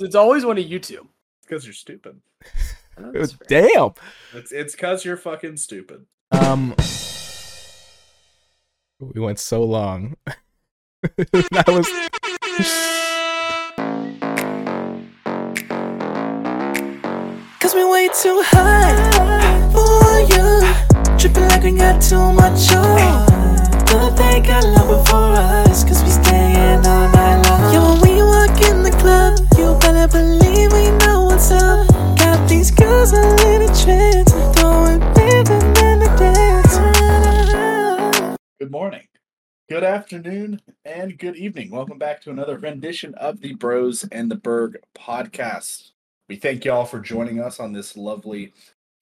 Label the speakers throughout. Speaker 1: It's always one of you two.
Speaker 2: because you're stupid.
Speaker 1: I know
Speaker 3: Oh,
Speaker 1: that's fair.
Speaker 3: Damn.
Speaker 2: It's it's because you're fucking stupid.
Speaker 3: Um, we went so long. that was.
Speaker 4: Cause we way too high for you. Tripping like we got too much on. Don't think I love it for us. Cause we staying all night long. Yeah, when we walk in the club, you better believe we know what's up. Got these girls a little trance. Throwing paper in the dance.
Speaker 2: Good morning, good afternoon, and good evening. Welcome back to another rendition of the Bros and the Berg podcast. We thank y'all for joining us on this lovely,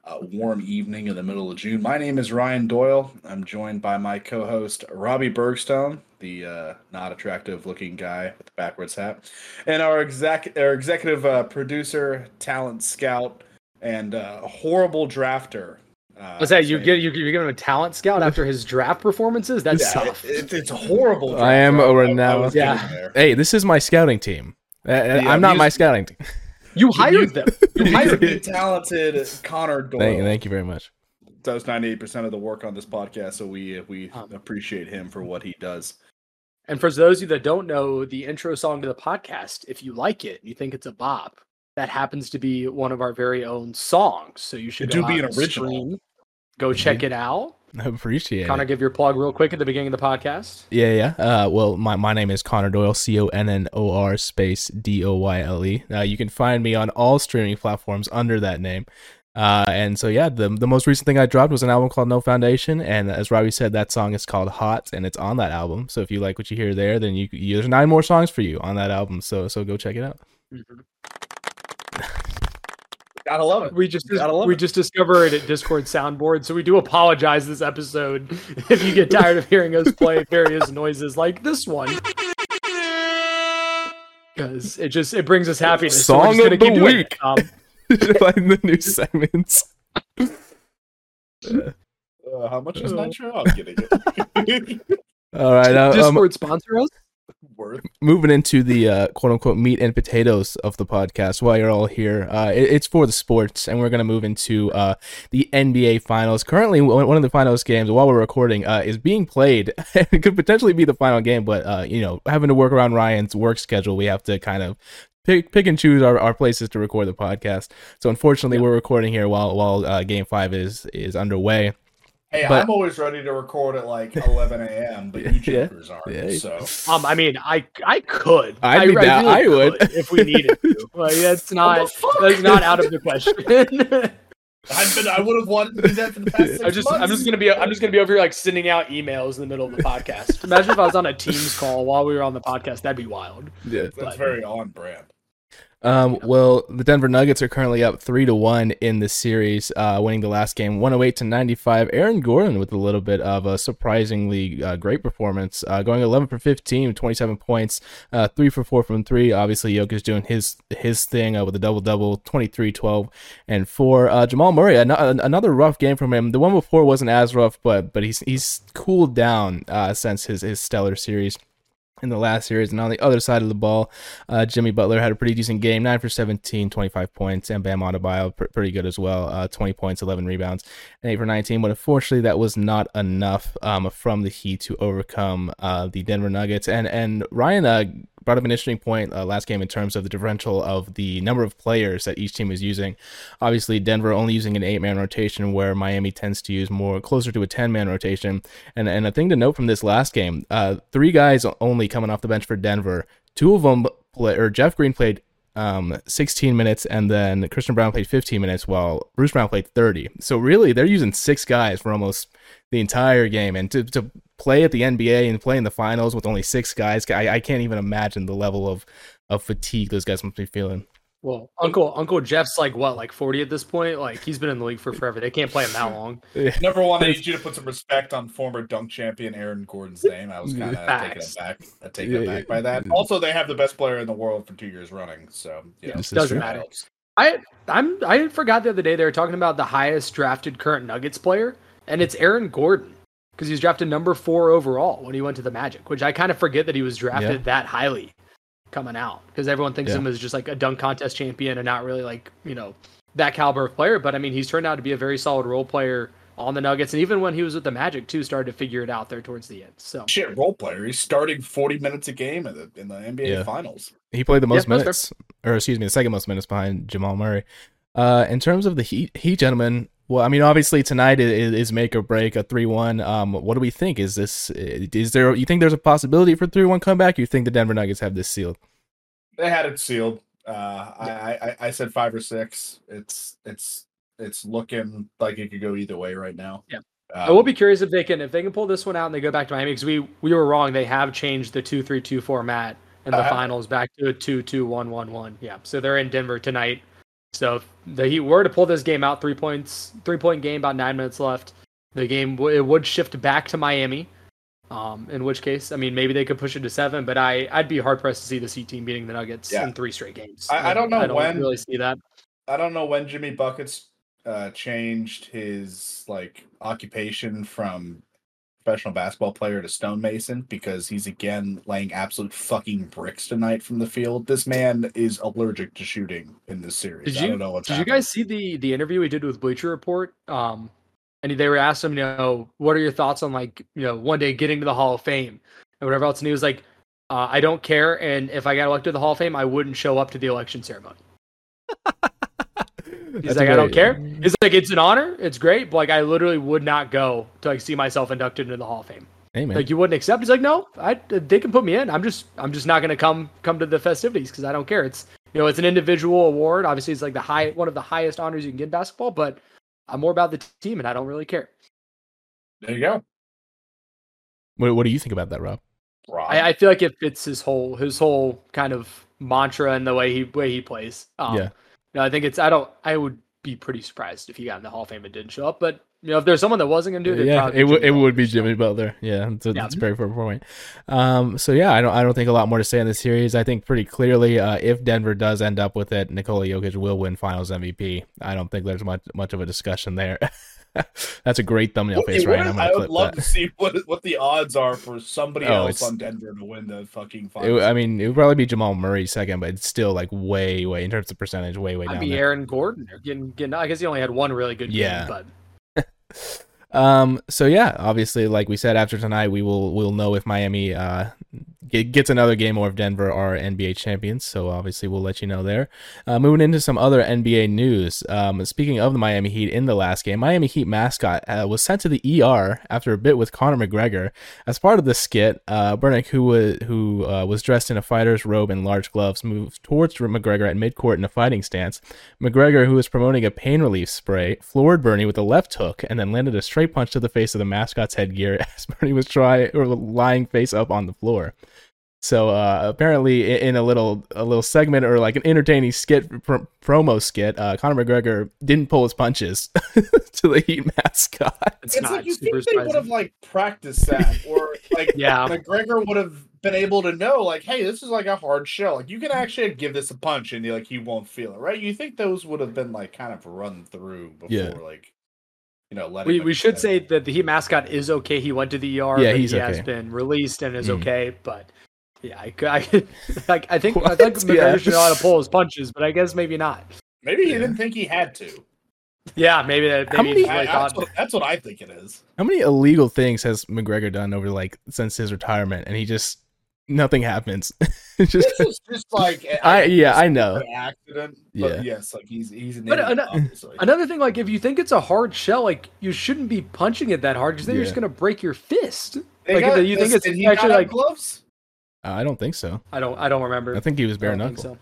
Speaker 2: uh, warm evening in the middle of June. My name is Ryan Doyle. I'm joined by my co-host Robbie Bergstone, the uh, not attractive-looking guy with the backwards hat, and our exec- our executive uh, producer, talent scout, and uh, horrible drafter. Uh,
Speaker 1: What's that? You
Speaker 2: Shane.
Speaker 1: get you you're giving him a talent scout after his draft performances? That's
Speaker 3: Yeah,
Speaker 1: tough.
Speaker 2: It- it's- it's horrible.
Speaker 3: I am
Speaker 2: Dracula.
Speaker 3: a
Speaker 2: I- I
Speaker 3: renowned-
Speaker 2: was getting
Speaker 1: Yeah.
Speaker 2: there.
Speaker 3: Hey, this is my scouting team. Uh,
Speaker 2: Yeah,
Speaker 3: I'm not my
Speaker 2: music-
Speaker 3: scouting team.
Speaker 1: you hired them. You
Speaker 2: He's a
Speaker 1: hired
Speaker 2: big talented Connor Doyle.
Speaker 3: Thank, thank you very much.
Speaker 2: Does ninety eight percent of the work on this podcast, so we we
Speaker 1: Um,
Speaker 2: appreciate him for what he does.
Speaker 1: And for those of you that don't know, the intro song to the podcast, if you like it, you think it's a bop, that happens to be one of our very own songs. So you should
Speaker 2: It
Speaker 1: go
Speaker 2: do be
Speaker 1: out
Speaker 2: an
Speaker 1: and
Speaker 2: original.
Speaker 1: stream, go check it out.
Speaker 3: I appreciate
Speaker 1: Connor,
Speaker 3: it.
Speaker 1: give your plug real quick at the beginning of the podcast.
Speaker 3: Yeah, yeah. Uh, well, my, my name is Connor Doyle, C O N N O R space D O Y L E. Uh, you can find me on all streaming platforms under that name. Uh, and so, yeah, the, the most recent thing I dropped was an album called No Foundation. And as Robbie said, that song is called Hot and it's on that album. So if you like what you hear there, then you, you there's nine more songs for you on that album. So so go check it out.
Speaker 2: Gotta love it.
Speaker 1: We just
Speaker 2: Gotta love
Speaker 1: we
Speaker 2: it.
Speaker 1: just discovered it at Discord soundboard, so we do apologize this episode if you get tired of hearing us play various noises like this one. Because it just it brings us happiness. so we're
Speaker 3: Song
Speaker 1: just gonna
Speaker 3: of the
Speaker 1: keep doing it.
Speaker 3: week.
Speaker 1: Um,
Speaker 3: Find the new segments.
Speaker 2: Uh, how much is
Speaker 1: Uh.
Speaker 2: Nitro? I'm kidding.
Speaker 3: All right. Uh, um,
Speaker 1: Discord sponsor us.
Speaker 2: Worth.
Speaker 3: moving into the uh, quote unquote meat and potatoes of the podcast while you're all here uh, it- it's for the sports and we're going to move into uh, the nba finals currently one one of the finals games while we're recording uh, is being played it could potentially be the final game but uh, you know having to work around ryan's work schedule we have to kind of pick, pick and choose our, our places to record the podcast so unfortunately we're recording here while while uh, game five is is underway
Speaker 2: Hey,
Speaker 3: But-
Speaker 2: I'm always ready to record at like 11 a.m., but you
Speaker 3: Yeah.
Speaker 2: jokers aren't.
Speaker 3: Yeah.
Speaker 2: So
Speaker 1: Um, I mean, I I could.
Speaker 3: I'd be down- I would.
Speaker 1: could if we needed to. Like that's not that's not out of the question.
Speaker 2: I've been. I would have wanted to do that for the past. Six
Speaker 1: I'm just I'm
Speaker 2: months.
Speaker 1: just gonna be I'm just gonna be over here like sending out emails in the middle of the podcast. Imagine if I was on a Teams call while we were on the podcast. That'd be wild.
Speaker 3: yeah
Speaker 2: That's very on brand.
Speaker 3: Um, well, the Denver Nuggets are currently up three to one in the series, uh, winning the last game, one hundred eight to ninety five. Aaron Gordon with a little bit of a surprisingly uh, great performance, uh, going eleven for 15, 27 points, uh, three for four from three. Obviously, Jokic doing his his thing uh, with a double double, 23, 12, and four. Uh, Jamal Murray, an- an- another rough game from him. The one before wasn't as rough, but but he's he's cooled down uh, since his his stellar series in the last series. And on the other side of the ball, uh, Jimmy Butler had a pretty decent game, 9 for 17, 25 points, and Bam Adebayo pr- pretty good as well, uh, 20 points, 11 rebounds, and 8 for 19. But unfortunately, that was not enough um, from the Heat to overcome uh, the Denver Nuggets. And, and Ryan uh, brought up an interesting point uh, last game in terms of the differential of the number of players that each team is using. Obviously, Denver only using an eight-man rotation, where Miami tends to use more closer to a ten-man rotation. And and a thing to note from this last game, uh, three guys only coming off the bench for Denver. Two of them play, or Jeff Green played um 16 minutes and then Christian Brown played 15 minutes while Bruce Brown played 30. So really they're using six guys for almost the entire game and to, to play at the NBA and play in the finals with only six guys I, I can't even imagine the level of of fatigue those guys must be feeling.
Speaker 1: Well, Uncle Uncle Jeff's like what, like 40 at this point? Like he's been in the league for forever. They can't play him that long.
Speaker 2: Number one, I need you to put some respect on former dunk champion Aaron Gordon's name. I was kind of taken
Speaker 1: Facts.
Speaker 2: aback, uh, taken
Speaker 3: Yeah,
Speaker 2: aback by that.
Speaker 3: yeah.
Speaker 2: Also, they have the best player in the world for two years running. So yeah,
Speaker 3: This is
Speaker 1: doesn't
Speaker 3: true.
Speaker 1: matter. I I'm I forgot the other day they were talking about the highest drafted current Nuggets player, and it's Aaron Gordon. Because he was drafted number four overall when he went to the Magic, which I kind of forget that he was drafted that highly. coming out because everyone thinks
Speaker 3: Yeah.
Speaker 1: him as just like a dunk contest champion and not really like you know that caliber of player. But I mean, he's turned out to be a very solid role player on the Nuggets, and even when he was with the Magic too, started to figure it out there towards the end. So
Speaker 2: Shit, role player. He's starting 40 minutes a game in the, in the NBA
Speaker 3: Yeah.
Speaker 2: Finals.
Speaker 3: He played the most
Speaker 1: Yeah, that's fair.
Speaker 3: minutes, or excuse me, the second most minutes behind Jamal Murray. Uh, in terms of the Heat, Heat gentlemen, well, I mean, obviously tonight is, is make or break a three-one. Um, what do we think? Is this eh, is there? You think there's a possibility for three-one comeback? You think the Denver Nuggets have this sealed?
Speaker 2: They had it sealed. Uh, I, I I- I said five or six. It's it's it's looking like it could go either way right now.
Speaker 1: Yeah.
Speaker 2: Um,
Speaker 1: I will be curious if they can if they can pull this one out and they go back to Miami because we we were wrong. They have changed the two three two format in the
Speaker 2: Uh-huh.
Speaker 1: finals back to a two two one one one. Yeah, so they're in Denver tonight. So if the Heat were to pull this game out, three points, three point game, about nine minutes left. The game w- it would shift back to Miami. Um, in which case, I mean, maybe they could push it to seven, but I I'd be hard pressed to see the Heat team beating the Nuggets
Speaker 2: Yeah.
Speaker 1: in three straight games.
Speaker 2: I- I don't know
Speaker 1: I don't
Speaker 2: when-
Speaker 1: really see that.
Speaker 2: I don't know when Jimmy Buckets uh, changed his like occupation from professional basketball player to stonemason because he's again laying absolute fucking bricks tonight from the field. This man is allergic to shooting in this series.
Speaker 1: Did
Speaker 2: I
Speaker 1: you-
Speaker 2: don't know what's
Speaker 1: Did you
Speaker 2: happening.
Speaker 1: guys see the the interview we did with Bleacher Report? Um, and they were asked him, you know, what are your thoughts on like, you know, one day getting to the Hall of Fame and whatever else. And he was like, uh, I don't care. And if I got elected to the Hall of Fame, I wouldn't show up to the election ceremony. He's
Speaker 3: That's
Speaker 1: like,
Speaker 3: a
Speaker 1: I don't
Speaker 3: very-
Speaker 1: care. He's like, it's an honor. It's great. But like, I literally would not go to like see myself inducted into the Hall of Fame.
Speaker 3: Hey, man.
Speaker 1: Like, you wouldn't accept. He's like, no, I, they can put me in. I'm just, I'm just not gonna come, come to the festivities because I don't care. It's, you know, it's an individual award. Obviously, it's like the high, one of the highest honors you can get in basketball. But I'm more about the team, and I don't really care.
Speaker 2: There you go.
Speaker 3: what, what do you think about that, Rob?
Speaker 2: Rob.
Speaker 1: I, I feel like it fits his whole, his whole kind of mantra and the way he, way he plays. Um,
Speaker 3: Yeah.
Speaker 1: No, I think it's, I don't, I would be pretty surprised if he got in the Hall of Fame and didn't show up. But you know, if there's someone that wasn't gonna do it, it'd
Speaker 3: yeah,
Speaker 1: probably
Speaker 3: it, w-
Speaker 1: Jimmy
Speaker 3: it would be
Speaker 1: Butler, so.
Speaker 3: Jimmy Butler. Yeah, that's a,
Speaker 1: Yeah.
Speaker 3: that's a very fair point. Um, so yeah, I don't I don't think a lot more to say in this series. I think pretty clearly, uh, if Denver does end up with it, Nikola Jokic will win Finals MVP. I don't think there's much much of a discussion there. that's a great thumbnail
Speaker 2: What-
Speaker 3: face,
Speaker 2: what
Speaker 3: right?
Speaker 2: is-
Speaker 3: I'm
Speaker 2: I
Speaker 3: gonna
Speaker 2: would
Speaker 3: clip
Speaker 2: love
Speaker 3: that.
Speaker 2: to see what what the odds are for somebody
Speaker 3: Oh,
Speaker 2: else
Speaker 3: it's-
Speaker 2: on Denver to win the fucking
Speaker 3: It w-
Speaker 2: finals.
Speaker 3: I mean, it would probably be Jamal Murray second, but it's still like way, way in terms of percentage, way, way
Speaker 1: I'd
Speaker 3: down
Speaker 1: be
Speaker 3: there.
Speaker 1: Aaron Gordon. or Getting, getting, I guess he only had one really good game,
Speaker 3: Yeah.
Speaker 1: but
Speaker 3: Um. So yeah, obviously, like we said, after tonight, we will we'll know if Miami uh ge- gets another game or if Denver are NBA champions. So obviously, we'll let you know there. Uh, moving into some other NBA news. Um, speaking of the Miami Heat, in the last game, Miami Heat mascot uh, was sent to the ER after a bit with Conor McGregor. As part of the skit, uh, Bernick, who was who uh, was dressed in a fighter's robe and large gloves, moved towards McGregor at midcourt in a fighting stance. McGregor, who was promoting a pain relief spray, floored Bernie with a left hook and then landed a straight punch to the face of the mascot's headgear as Bernie was trying or lying face up on the floor. So uh, apparently, i- in a little a little segment or like an entertaining skit pr- promo skit, uh, Conor McGregor didn't pull his punches to the Heat mascot.
Speaker 1: it's,
Speaker 2: It's,
Speaker 1: not
Speaker 2: like you
Speaker 1: super
Speaker 2: think they would have
Speaker 1: surprising.
Speaker 2: like practiced that, or like
Speaker 1: Yeah.
Speaker 2: McGregor would have been able to know, like, hey, this is like a hard shell. Like you can actually give this a punch, and like he won't feel it, right? You think those would have been like kind of run through before,
Speaker 3: Yeah.
Speaker 2: like you know, letting.
Speaker 1: We, we should
Speaker 2: McGregor-
Speaker 1: say that the Heat mascot is okay. He went to the ER.
Speaker 3: Yeah,
Speaker 1: but
Speaker 3: he's
Speaker 1: he has
Speaker 3: okay.
Speaker 1: been released and is
Speaker 3: Mhm.
Speaker 1: okay. But yeah, I, cou- I, like, I think I think
Speaker 3: What?
Speaker 1: McGregor
Speaker 3: Yeah.
Speaker 1: should know how to pull his punches, but I guess maybe not.
Speaker 2: maybe he
Speaker 3: Yeah.
Speaker 2: didn't think he had to.
Speaker 1: Oh Yeah, maybe that.
Speaker 3: How
Speaker 1: Maybe he
Speaker 3: many-
Speaker 1: just
Speaker 2: I-
Speaker 1: really
Speaker 2: that's,
Speaker 1: thought,
Speaker 2: what, that's what I think it is.
Speaker 3: How many illegal things has McGregor done over like since his retirement, and he just nothing happens? It's just
Speaker 2: This is just like
Speaker 3: I yeah
Speaker 2: just
Speaker 3: I know.
Speaker 2: an accident. But
Speaker 3: Yeah.
Speaker 2: yes, like he's he's an
Speaker 1: But
Speaker 2: idiot,
Speaker 1: ano-
Speaker 2: obviously.
Speaker 1: another thing, like if you think it's a hard shell, like you shouldn't be punching it that hard because then you're just
Speaker 3: Yeah.
Speaker 1: gonna break your fist.
Speaker 2: They
Speaker 1: like,
Speaker 2: got
Speaker 1: you think
Speaker 2: this-
Speaker 1: it's
Speaker 2: did he not
Speaker 1: actually,
Speaker 2: have
Speaker 1: like-
Speaker 2: gloves?
Speaker 3: Uh, I don't think so.
Speaker 1: I don't. I don't remember.
Speaker 3: I think he was
Speaker 1: I
Speaker 3: bare
Speaker 1: don't think
Speaker 3: knuckle.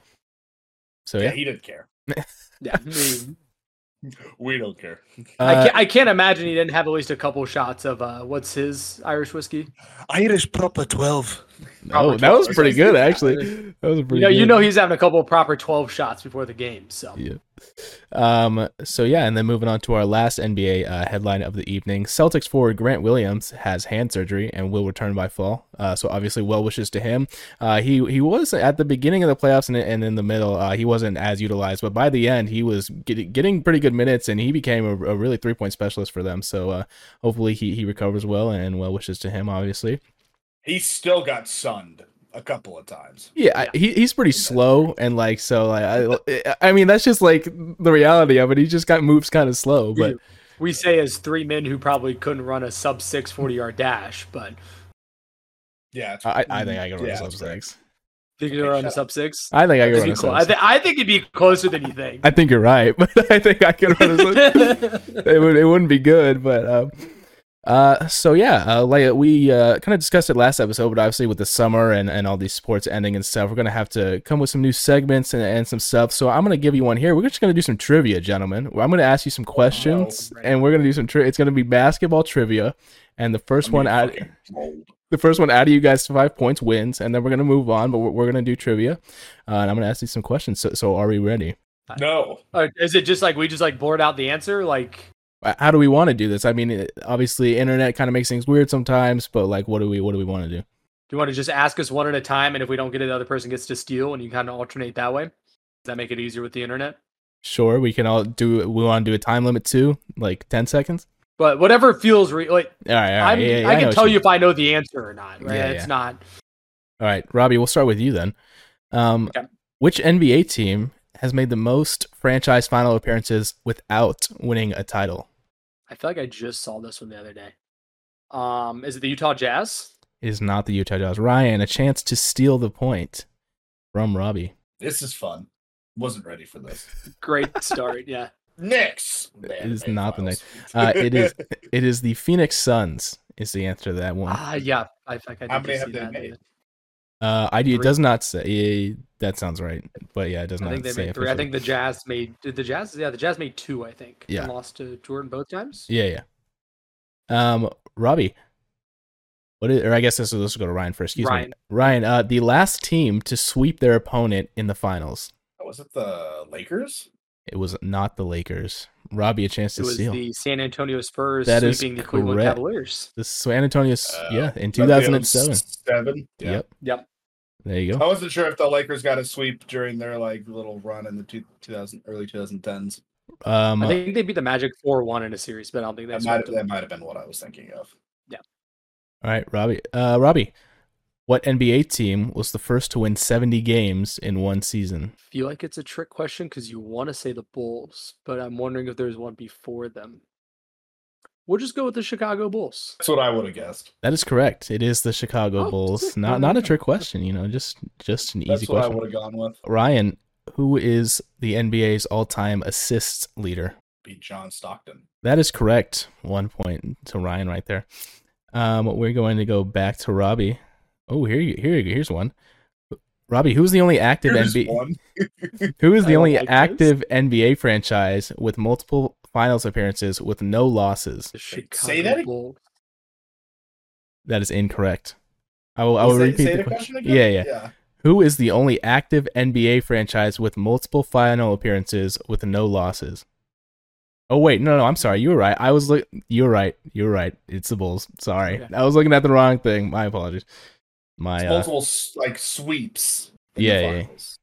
Speaker 1: so.
Speaker 3: So.
Speaker 2: Oh, Yeah,
Speaker 3: yeah,
Speaker 2: he didn't care.
Speaker 1: Yeah. I mean,
Speaker 2: We don't care.
Speaker 1: I,
Speaker 3: Uh,
Speaker 1: can't, I can't imagine he didn't have at least a couple shots of uh, what's his Irish whiskey.
Speaker 2: Irish proper twelve.
Speaker 3: oh,
Speaker 1: Robert
Speaker 3: that was
Speaker 1: Torres.
Speaker 3: pretty good actually. That was pretty.
Speaker 1: You know,
Speaker 3: good.
Speaker 1: you know he's having a couple proper 12 shots before the game. So
Speaker 3: Yeah. Um, so yeah, and then moving on to our last NBA uh, headline of the evening: Celtics forward Grant Williams has hand surgery and will return by fall. Uh, so obviously, well wishes to him. Uh, he he was at the beginning of the playoffs and, and in the middle, uh, he wasn't as utilized, but by the end, he was get, getting pretty good minutes, and he became a, a really three point specialist for them. So uh, hopefully, he he recovers well, and well wishes to him. Obviously,
Speaker 2: He still got sunned. a couple of times.
Speaker 3: Yeah, I, he, he's pretty slow and like so. Like I, I mean, that's just like the reality of it. He just got moves kind of slow, but
Speaker 1: We say as three men who probably couldn't run a sub six 40 yard dash, but
Speaker 2: Yeah, it's-
Speaker 3: I, I think I can run
Speaker 2: Yeah,
Speaker 3: sub
Speaker 2: that's right.
Speaker 3: six.
Speaker 1: think you
Speaker 2: Okay,
Speaker 1: could run a
Speaker 2: shut
Speaker 1: sub six?
Speaker 3: I think I can
Speaker 1: It'd
Speaker 3: run
Speaker 1: be
Speaker 3: a
Speaker 1: clo-
Speaker 3: sub
Speaker 1: I,
Speaker 3: six.
Speaker 1: thi- I think it'd be closer than you think.
Speaker 3: I think you're right, but I think I can run a sub it would it wouldn't be good, but um, uh, so yeah, uh, like we uh, kind of discussed it last episode, but obviously with the summer and, and all these sports ending and stuff, we're gonna have to come with some new segments and, and some stuff. So I'm gonna give you one here. We're just gonna do some trivia, gentlemen. Well, I'm gonna ask you some questions,
Speaker 1: right.
Speaker 3: and we're gonna do some. Tri- it's gonna be basketball trivia, and the first
Speaker 2: I'm
Speaker 3: one
Speaker 2: getting
Speaker 3: out,
Speaker 2: fucking old.
Speaker 3: the first one out of you guys to five points wins, and then we're gonna move on. But we're, we're gonna do trivia, uh, and I'm gonna ask you some questions. So, so are we ready?
Speaker 2: No,
Speaker 1: Or is it just like we just like board out the answer? Like
Speaker 3: Uh, how do we want to do this? I mean, it- obviously, internet kind of makes things weird sometimes, but like, what do we what do we want to do?
Speaker 1: Do you want to just ask us one at a time, and if we don't get it, the other person gets to steal, and you kind of alternate that way? Does that make it easier with the internet?
Speaker 3: Sure, we can all do. We want to do a time limit too, like ten seconds.
Speaker 1: But whatever feels re- like,
Speaker 3: All right, all right.
Speaker 1: I'm,
Speaker 3: yeah, yeah,
Speaker 1: I
Speaker 3: know
Speaker 1: can
Speaker 3: what
Speaker 1: tell you if I know the answer or not. Right?
Speaker 3: Yeah,
Speaker 1: it's
Speaker 3: yeah.
Speaker 1: not.
Speaker 3: All right, Robbie, we'll start with you then. Um,
Speaker 1: Okay.
Speaker 3: which NBA team has made the most franchise final appearances without winning a title?
Speaker 1: I feel like I just saw this one the other day. Um, is it the Utah Jazz?
Speaker 3: It is not the Utah Jazz. Ryan, a chance to steal the point from Robbie.
Speaker 2: this is fun. Wasn't ready for this.
Speaker 1: Great start. yeah.
Speaker 2: Knicks.
Speaker 3: It is not the Uh, it is. It is the Phoenix Suns. Is the answer to that one?
Speaker 1: Ah, yeah. I think I did
Speaker 2: How many
Speaker 1: just
Speaker 2: have
Speaker 1: see
Speaker 2: they
Speaker 1: that.
Speaker 2: made?
Speaker 3: Uh, I do. It
Speaker 1: Three.
Speaker 3: does not say. yeah, that sounds right, but yeah, it does
Speaker 1: I
Speaker 3: not
Speaker 1: think they
Speaker 3: say.
Speaker 1: made three. I
Speaker 3: officially.
Speaker 1: think the Jazz made. Did the Jazz? Yeah, the Jazz made two. I think.
Speaker 3: Yeah.
Speaker 1: And lost to Jordan both times.
Speaker 3: Yeah, yeah. Um, Robbie, what? Is, or I guess this will, this will go to Ryan first. Excuse me,
Speaker 1: Ryan.
Speaker 3: Ryan. Uh, the last team to sweep their opponent in the finals.
Speaker 2: Was it the Lakers?
Speaker 3: It was not the Lakers. Robbie, a chance
Speaker 1: It
Speaker 3: to
Speaker 1: was
Speaker 3: steal
Speaker 1: the San Antonio Spurs
Speaker 3: That is
Speaker 1: sweeping the Cleveland
Speaker 3: correct.
Speaker 1: Cavaliers.
Speaker 3: the San Antonio. s-
Speaker 2: Uh,
Speaker 3: yeah,
Speaker 2: Was that
Speaker 3: in
Speaker 2: the
Speaker 3: two thousand and seven.
Speaker 2: 07? Yeah.
Speaker 3: Yep.
Speaker 1: Yep.
Speaker 3: There you
Speaker 2: I
Speaker 3: go.
Speaker 2: wasn't sure if the Lakers got a sweep during their like little run in the two, 2000 early 2010s.
Speaker 3: Um,
Speaker 1: I think they beat the Magic four one in a series, but I don't think
Speaker 2: That
Speaker 1: that's
Speaker 2: might, have, that might have been what I was thinking of.
Speaker 3: all right, Robbie. Uh, Robbie, what NBA team was the first to win seventy games in one season?
Speaker 1: feel like it's a trick question because you want to say the Bulls, but I'm wondering if there's one before them. We'll just go with the Chicago Bulls.
Speaker 2: That's what I would have guessed.
Speaker 3: That is correct. It is the Chicago
Speaker 1: Oh,
Speaker 3: Bulls.
Speaker 1: sick.
Speaker 3: Not
Speaker 1: Oh,
Speaker 3: not a
Speaker 1: yeah.
Speaker 3: trick question, you know, just just an
Speaker 2: That's
Speaker 3: easy
Speaker 2: what I
Speaker 3: question.
Speaker 2: would have gone with.
Speaker 3: Ryan, who is the NBA's all-time assists leader?
Speaker 2: Beat John Stockton.
Speaker 3: That is correct. One point to Ryan right there. Um, we're going to go back to Robbie. Oh, here you here you here's one. Robbie, who's the only active
Speaker 2: Here's
Speaker 3: NBA?
Speaker 2: one.
Speaker 3: Who is
Speaker 1: I
Speaker 3: the
Speaker 1: don't
Speaker 3: only
Speaker 1: like this.
Speaker 3: active NBA franchise with multiple finals appearances with no losses?
Speaker 1: The
Speaker 2: Wait,
Speaker 1: Chicago
Speaker 2: say that ag-
Speaker 1: Bulls.
Speaker 3: That is incorrect. I will, I will
Speaker 2: Say-
Speaker 3: repeat
Speaker 2: say
Speaker 3: the,
Speaker 2: the
Speaker 3: question.
Speaker 2: question again?
Speaker 3: Yeah, yeah. Who is the only active NBA franchise with multiple final appearances with no losses? Oh wait, no, no, I'm sorry. You were right. I was look. You're right. You're right. It's the Bulls. Sorry,
Speaker 1: Okay.
Speaker 3: I was looking at the wrong thing. My apologies. My uh,
Speaker 2: Multiple s- like sweeps. in the
Speaker 3: Yeah, yeah, yeah.
Speaker 2: finals.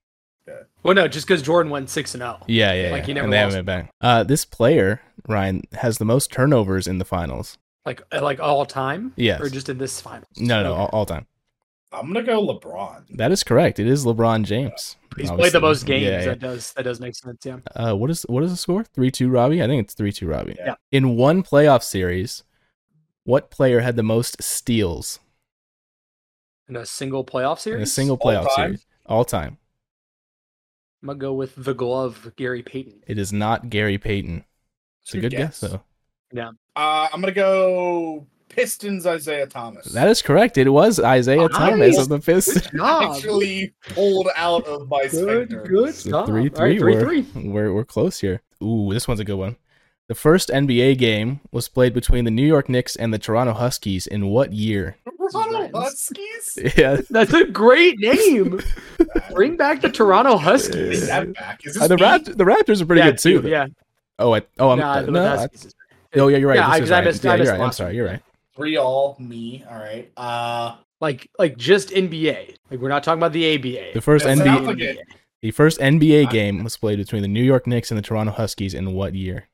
Speaker 1: Well, no, just because Jordan went six and oh, zero.
Speaker 3: yeah, yeah,
Speaker 1: Like,
Speaker 3: yeah.
Speaker 1: he never
Speaker 3: and they
Speaker 1: lost.
Speaker 3: haven't been back. Uh, this player Ryan has the most turnovers in the finals.
Speaker 1: like uh, like all time.
Speaker 3: Yes.
Speaker 1: or just in this final.
Speaker 3: No, no, no all, all time.
Speaker 2: I'm gonna go LeBron.
Speaker 3: That is correct. It is LeBron James.
Speaker 1: He's played the most
Speaker 3: Obviously.
Speaker 1: games.
Speaker 3: Yeah, yeah.
Speaker 1: That does that does make sense. Yeah,
Speaker 3: uh, what is what is the score? Three two, Robbie. I think it's three two, Robbie.
Speaker 2: Yeah.
Speaker 3: In one playoff series, what player had the most steals
Speaker 1: in a single playoff series.
Speaker 3: in a single
Speaker 2: All
Speaker 3: playoff
Speaker 2: time?
Speaker 3: series all time?
Speaker 1: I'm gonna go with the glove, Gary Payton.
Speaker 3: It is not Gary Payton. It's a
Speaker 2: Good
Speaker 3: good guess.
Speaker 2: guess.
Speaker 3: though.
Speaker 2: Uh, I'm gonna go Pistons. Isaiah Thomas.
Speaker 3: That is correct. It was Isaiah
Speaker 1: Nice.
Speaker 3: Thomas of the Pistons.
Speaker 2: Which I
Speaker 1: Ah.
Speaker 2: actually pulled out of my sphincter.
Speaker 3: It's a three three. we're, We're we're close here. Ooh, this one's a good one. The first NBA game was played between the New York Knicks and the Toronto Huskies in what year?
Speaker 1: Rams.
Speaker 2: Ronald Huskies.
Speaker 3: Yeah,
Speaker 1: That's a great name. Bring back the Toronto
Speaker 2: Is
Speaker 1: Huskies.
Speaker 2: that back? Is this
Speaker 3: Uh, the
Speaker 2: me?
Speaker 3: Raptors. The Raptors are pretty
Speaker 1: Yeah,
Speaker 3: good too.
Speaker 1: Yeah.
Speaker 3: Oh, I, oh, I'm
Speaker 1: Nah, the-
Speaker 3: no,
Speaker 1: the
Speaker 3: I-
Speaker 1: Huskies is-
Speaker 3: Oh yeah, you're right.
Speaker 1: Yeah,
Speaker 3: This
Speaker 1: I-
Speaker 3: is
Speaker 1: 'cause I
Speaker 3: right.
Speaker 1: missed-
Speaker 3: yeah,
Speaker 1: I
Speaker 3: you're
Speaker 1: missed
Speaker 3: right.
Speaker 1: the
Speaker 3: I'm
Speaker 1: last
Speaker 3: sorry. You're right.
Speaker 2: Three all me. All right. Uh,
Speaker 1: like like just NBA. Like we're not talking about the ABA.
Speaker 3: The first
Speaker 2: That's
Speaker 3: NBA,
Speaker 2: not- alphabet.
Speaker 3: the first NBA
Speaker 2: I-
Speaker 3: game was played between the New York Knicks and the Toronto Huskies in what year?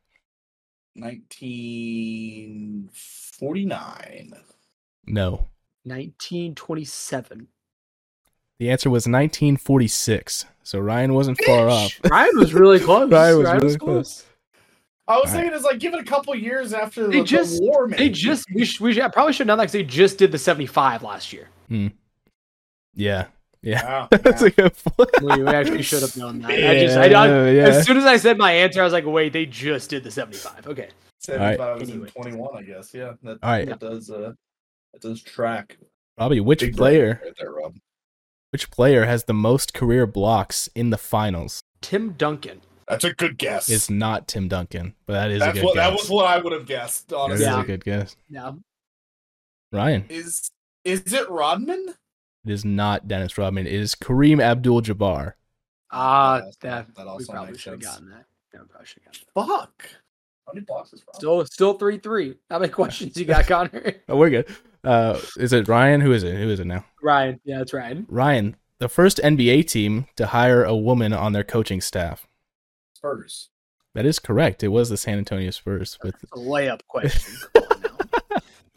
Speaker 2: 1949.
Speaker 3: No,
Speaker 1: 1927.
Speaker 3: The answer was 1946. So Ryan wasn't far off.
Speaker 1: Ryan was really close.
Speaker 3: Ryan was really close.
Speaker 2: I was
Speaker 3: All
Speaker 2: thinking it's like give it a couple years after
Speaker 1: They
Speaker 2: the,
Speaker 1: just-
Speaker 2: the war. Maybe.
Speaker 1: They just we should, we should, I probably should have known that because they just did the seventy five last year.
Speaker 3: Yeah. Yeah.
Speaker 2: Wow,
Speaker 3: That's a good point.
Speaker 1: We, we actually should have known that. I just I, I,
Speaker 3: Yeah, yeah.
Speaker 1: as soon as I said my answer, I was like, wait, they just did the seventy five. Okay,
Speaker 2: Seventy-five
Speaker 1: right.
Speaker 2: was in
Speaker 1: Anyway.
Speaker 2: twenty-one, I guess. Yeah, that,
Speaker 3: All right.
Speaker 2: that does. Uh, that does track.
Speaker 3: Robbie, which
Speaker 2: Big brain
Speaker 3: player
Speaker 2: right there, Rob.
Speaker 3: which player has the most career blocks in the finals?
Speaker 1: Tim Duncan.
Speaker 2: That's a good guess.
Speaker 3: It's not Tim Duncan, but that is
Speaker 2: That's
Speaker 3: a good
Speaker 2: what
Speaker 3: guess.
Speaker 2: that was what I would have guessed.
Speaker 3: That
Speaker 2: Honestly,
Speaker 3: is
Speaker 1: Yeah.
Speaker 3: a good guess.
Speaker 1: Yeah,
Speaker 3: Ryan,
Speaker 2: is is it Rodman?
Speaker 3: it is not Dennis Rodman. It is Kareem Abdul-Jabbar.
Speaker 1: ah,
Speaker 2: That-
Speaker 1: that,
Speaker 2: Uh, that
Speaker 1: we
Speaker 2: also
Speaker 1: probably
Speaker 2: makes
Speaker 1: should have
Speaker 2: sense.
Speaker 1: gotten that. Yeah, we probably should have gotten
Speaker 2: Fuck. How many blocks is
Speaker 1: that.
Speaker 2: Rodman?
Speaker 1: Still, still three three. How many questions you got, Connor?
Speaker 3: Oh, we're good. Uh, is it Ryan? Who is it? Who is it now?
Speaker 1: Ryan. Yeah, that's Ryan.
Speaker 3: Ryan, the first NBA team to hire a woman on their coaching staff.
Speaker 2: Spurs.
Speaker 3: That is correct. It was the San Antonio Spurs with
Speaker 1: It's a layup question.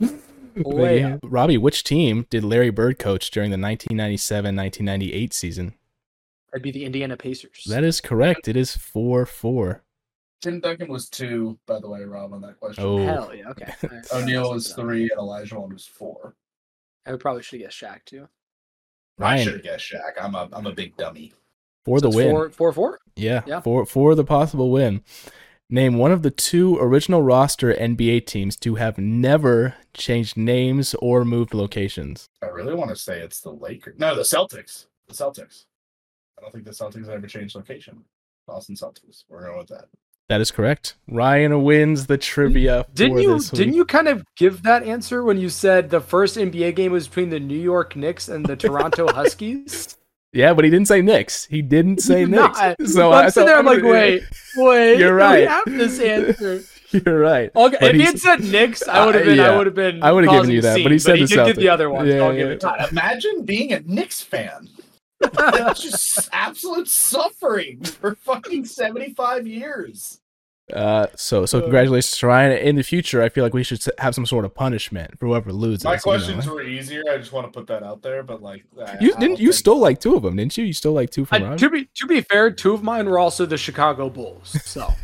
Speaker 3: But
Speaker 1: Way
Speaker 3: yeah. Robbie, which team did Larry Bird coach during the 1997-1998 season?
Speaker 1: That'd be the Indiana Pacers.
Speaker 3: That is correct. It is 4-4.
Speaker 2: Tim Duncan was two, by the way, Rob, on that question.
Speaker 3: Oh.
Speaker 1: Hell yeah. Okay. All right.
Speaker 2: O'Neal was
Speaker 1: Something.
Speaker 2: three, and Elijah one was four.
Speaker 1: I probably should have guessed Shaq too.
Speaker 2: I should
Speaker 3: Ryan,
Speaker 2: have guessed Shaq. I'm a I'm a big dummy.
Speaker 3: for the
Speaker 1: It's
Speaker 3: win.
Speaker 1: Four, four, four.
Speaker 3: Yeah,
Speaker 1: Yeah.
Speaker 3: For, for the possible win. Name one of the two original roster NBA teams to have never changed names or moved locations.
Speaker 2: I really want to say it's the Lakers. No, the Celtics. The Celtics. I don't think the Celtics ever changed location. Boston Celtics. We're going with that.
Speaker 3: That is correct. Ryan wins the trivia.
Speaker 1: Didn't
Speaker 3: for
Speaker 1: you
Speaker 3: This
Speaker 1: didn't
Speaker 3: week.
Speaker 1: you kind of give that answer when you said the first NBA game was between the New York Knicks and the Toronto Huskies?
Speaker 3: Yeah, but he didn't say Knicks. He didn't say
Speaker 1: No,
Speaker 3: Knicks.
Speaker 1: I-
Speaker 3: so
Speaker 1: I'm
Speaker 3: I- so
Speaker 1: sitting there, I'm like,
Speaker 3: gonna-
Speaker 1: wait, wait,
Speaker 3: You're
Speaker 1: We
Speaker 3: right.
Speaker 1: have this answer.
Speaker 3: You're right.
Speaker 1: Okay,
Speaker 3: But
Speaker 1: if he
Speaker 3: he's-
Speaker 1: had said Knicks, I would have
Speaker 3: Uh,
Speaker 1: been, I
Speaker 3: yeah.
Speaker 1: would have been,
Speaker 3: I would've given
Speaker 1: causing
Speaker 3: you
Speaker 1: a
Speaker 3: that, but
Speaker 1: scene,
Speaker 3: he said
Speaker 1: he
Speaker 3: the
Speaker 1: did get the
Speaker 3: Celtics.
Speaker 1: other one. so
Speaker 3: Yeah,
Speaker 1: I'll give
Speaker 3: yeah.
Speaker 1: it to him.
Speaker 2: God, imagine being a Knicks fan. That's just absolute suffering for fucking 75 years.
Speaker 3: Uh, so so congratulations, to Ryan. In the future, I feel like we should s- have some sort of punishment for whoever loses.
Speaker 2: My
Speaker 3: you know.
Speaker 2: questions were easier. I just want to put that out there, but like, I-
Speaker 3: You
Speaker 2: I
Speaker 3: didn't.
Speaker 2: don't
Speaker 3: You
Speaker 2: think-
Speaker 3: stole like two of them, didn't you? You stole like two from
Speaker 1: I-
Speaker 3: Rob.
Speaker 1: to be to be fair, two of mine were also the Chicago Bulls. So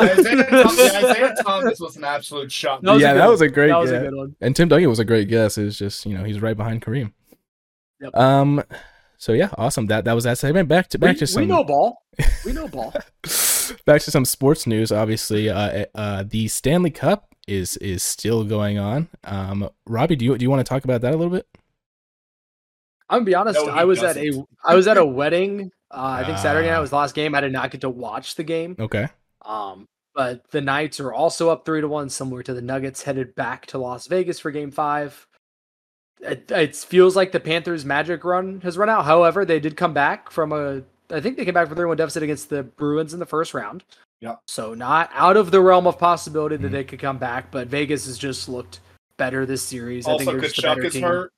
Speaker 2: Isaiah Thomas, Isaiah Thomas was an absolute shot.
Speaker 1: That was a
Speaker 3: yeah,
Speaker 1: good
Speaker 3: that
Speaker 1: one.
Speaker 3: was a great.
Speaker 1: that was
Speaker 3: guess.
Speaker 1: a good one.
Speaker 3: And Tim Duncan was a great guess. It's just you know he's right behind Kareem.
Speaker 1: Yep.
Speaker 3: Um. So yeah, awesome. That that was that segment. Back to back
Speaker 1: we,
Speaker 3: to some
Speaker 1: we know ball. We know ball.
Speaker 3: back to some sports news. Obviously, uh, uh, the Stanley Cup is is still going on. Um, Robbie, do you do you want to talk about that a little bit?
Speaker 1: I'm gonna be honest.
Speaker 2: No, he
Speaker 1: I was at a
Speaker 2: doesn't.
Speaker 1: I was at a wedding. Uh, I think Saturday night
Speaker 3: Ah.
Speaker 1: was the last game. I did not get to watch the game.
Speaker 3: Okay.
Speaker 1: Um, but the Knights are also up three to one, similar to the Nuggets headed back to Las Vegas for Game Five. It, it feels like the Panthers' magic run has run out. However, they did come back from a I think they came back from three one deficit against the Bruins in the first round.
Speaker 2: Yep.
Speaker 1: So not out of the realm of possibility that
Speaker 3: Mhm.
Speaker 1: they could come back, but Vegas has just looked better this series. I
Speaker 2: Also,
Speaker 1: think they're just a better
Speaker 2: Kachuk is
Speaker 1: team.
Speaker 2: hurt.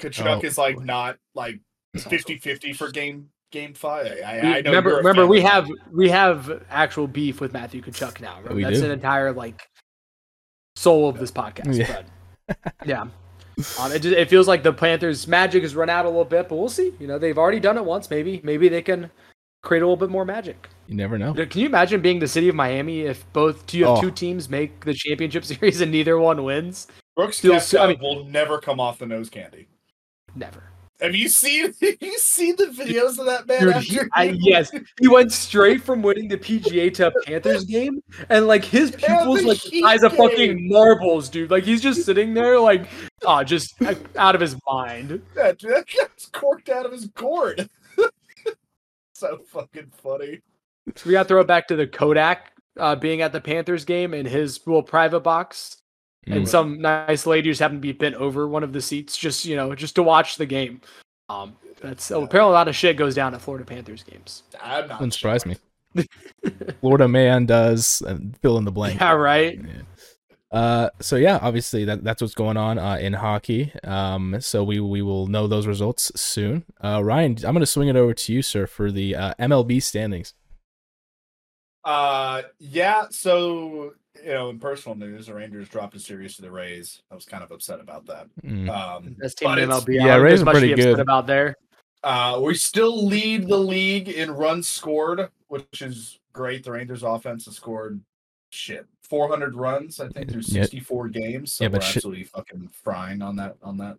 Speaker 2: Kachuk
Speaker 3: Oh,
Speaker 2: is like
Speaker 3: boy.
Speaker 2: not like
Speaker 1: also-
Speaker 2: 50-50 for game game five. I, I
Speaker 1: We-
Speaker 2: I know.
Speaker 1: remember,
Speaker 2: you're a
Speaker 1: remember,
Speaker 2: fan
Speaker 1: we
Speaker 2: of him.
Speaker 1: have we have actual beef with Matthew Kachuk now. Remember?
Speaker 3: We
Speaker 1: That's
Speaker 3: do.
Speaker 1: an entire like soul of this podcast.
Speaker 3: Yeah.
Speaker 1: But, yeah, um, it, just, it feels like the Panthers' magic has run out a little bit, but we'll see. You know, they've already done it once. Maybe, maybe they can create a little bit more magic.
Speaker 3: You never know.
Speaker 1: Can you imagine being the city of Miami if both do you have
Speaker 3: Oh.
Speaker 1: two teams make the championship series and neither one wins?
Speaker 2: Brooks
Speaker 1: Still-
Speaker 2: Koepka
Speaker 1: I mean-
Speaker 2: will never come off the nose candy.
Speaker 1: Never.
Speaker 2: Have you seen? Have you seen the videos of that man?
Speaker 1: Dude, he-
Speaker 2: after
Speaker 1: I, yes, he went straight from winning the PGA to a Panthers game, and like his
Speaker 2: Yeah,
Speaker 1: pupils
Speaker 2: the
Speaker 1: like the
Speaker 2: Heat
Speaker 1: size of fucking
Speaker 2: game.
Speaker 1: marbles, dude. Like he's just sitting there, like, ah, just like, out of his mind.
Speaker 2: that, that guy's corked out of his gourd. so fucking funny.
Speaker 1: We got to throw it back to the Kodak uh, being at the Panthers game in his little private box,
Speaker 3: Mm.
Speaker 1: and some nice lady just happened to be bent over one of the seats, just you know, just to watch the game. Um, that's oh, apparently a lot of shit goes down at Florida Panthers games.
Speaker 2: I'm not.
Speaker 3: Doesn't surprise me.
Speaker 2: shocked.
Speaker 3: Florida man does and fill in the blank.
Speaker 1: Yeah, right.
Speaker 3: Uh, so yeah, obviously that that's what's going on uh, in hockey. Um, so we we will know those results soon. Uh, Ryan, I'm gonna swing it over to you, sir, for the uh, MLB standings.
Speaker 2: Uh, yeah. So you know, in personal news, the Rangers dropped a series to the Rays. I was kind of upset about that.
Speaker 3: Mm.
Speaker 2: Um,
Speaker 1: That's team
Speaker 2: but it's-
Speaker 1: MLB. I
Speaker 3: yeah,
Speaker 1: don't think
Speaker 3: Rays
Speaker 1: there's
Speaker 3: are
Speaker 1: much to
Speaker 3: pretty
Speaker 1: be upset
Speaker 3: good.
Speaker 1: about there.
Speaker 2: Uh, we still lead the league in runs scored, which is great. The Rangers' offense has scored shit 400 runs, I think, through
Speaker 3: Yeah.
Speaker 2: 64 games. So
Speaker 3: Yeah,
Speaker 2: we're
Speaker 3: but shit-
Speaker 2: absolutely fucking frying on that. On that.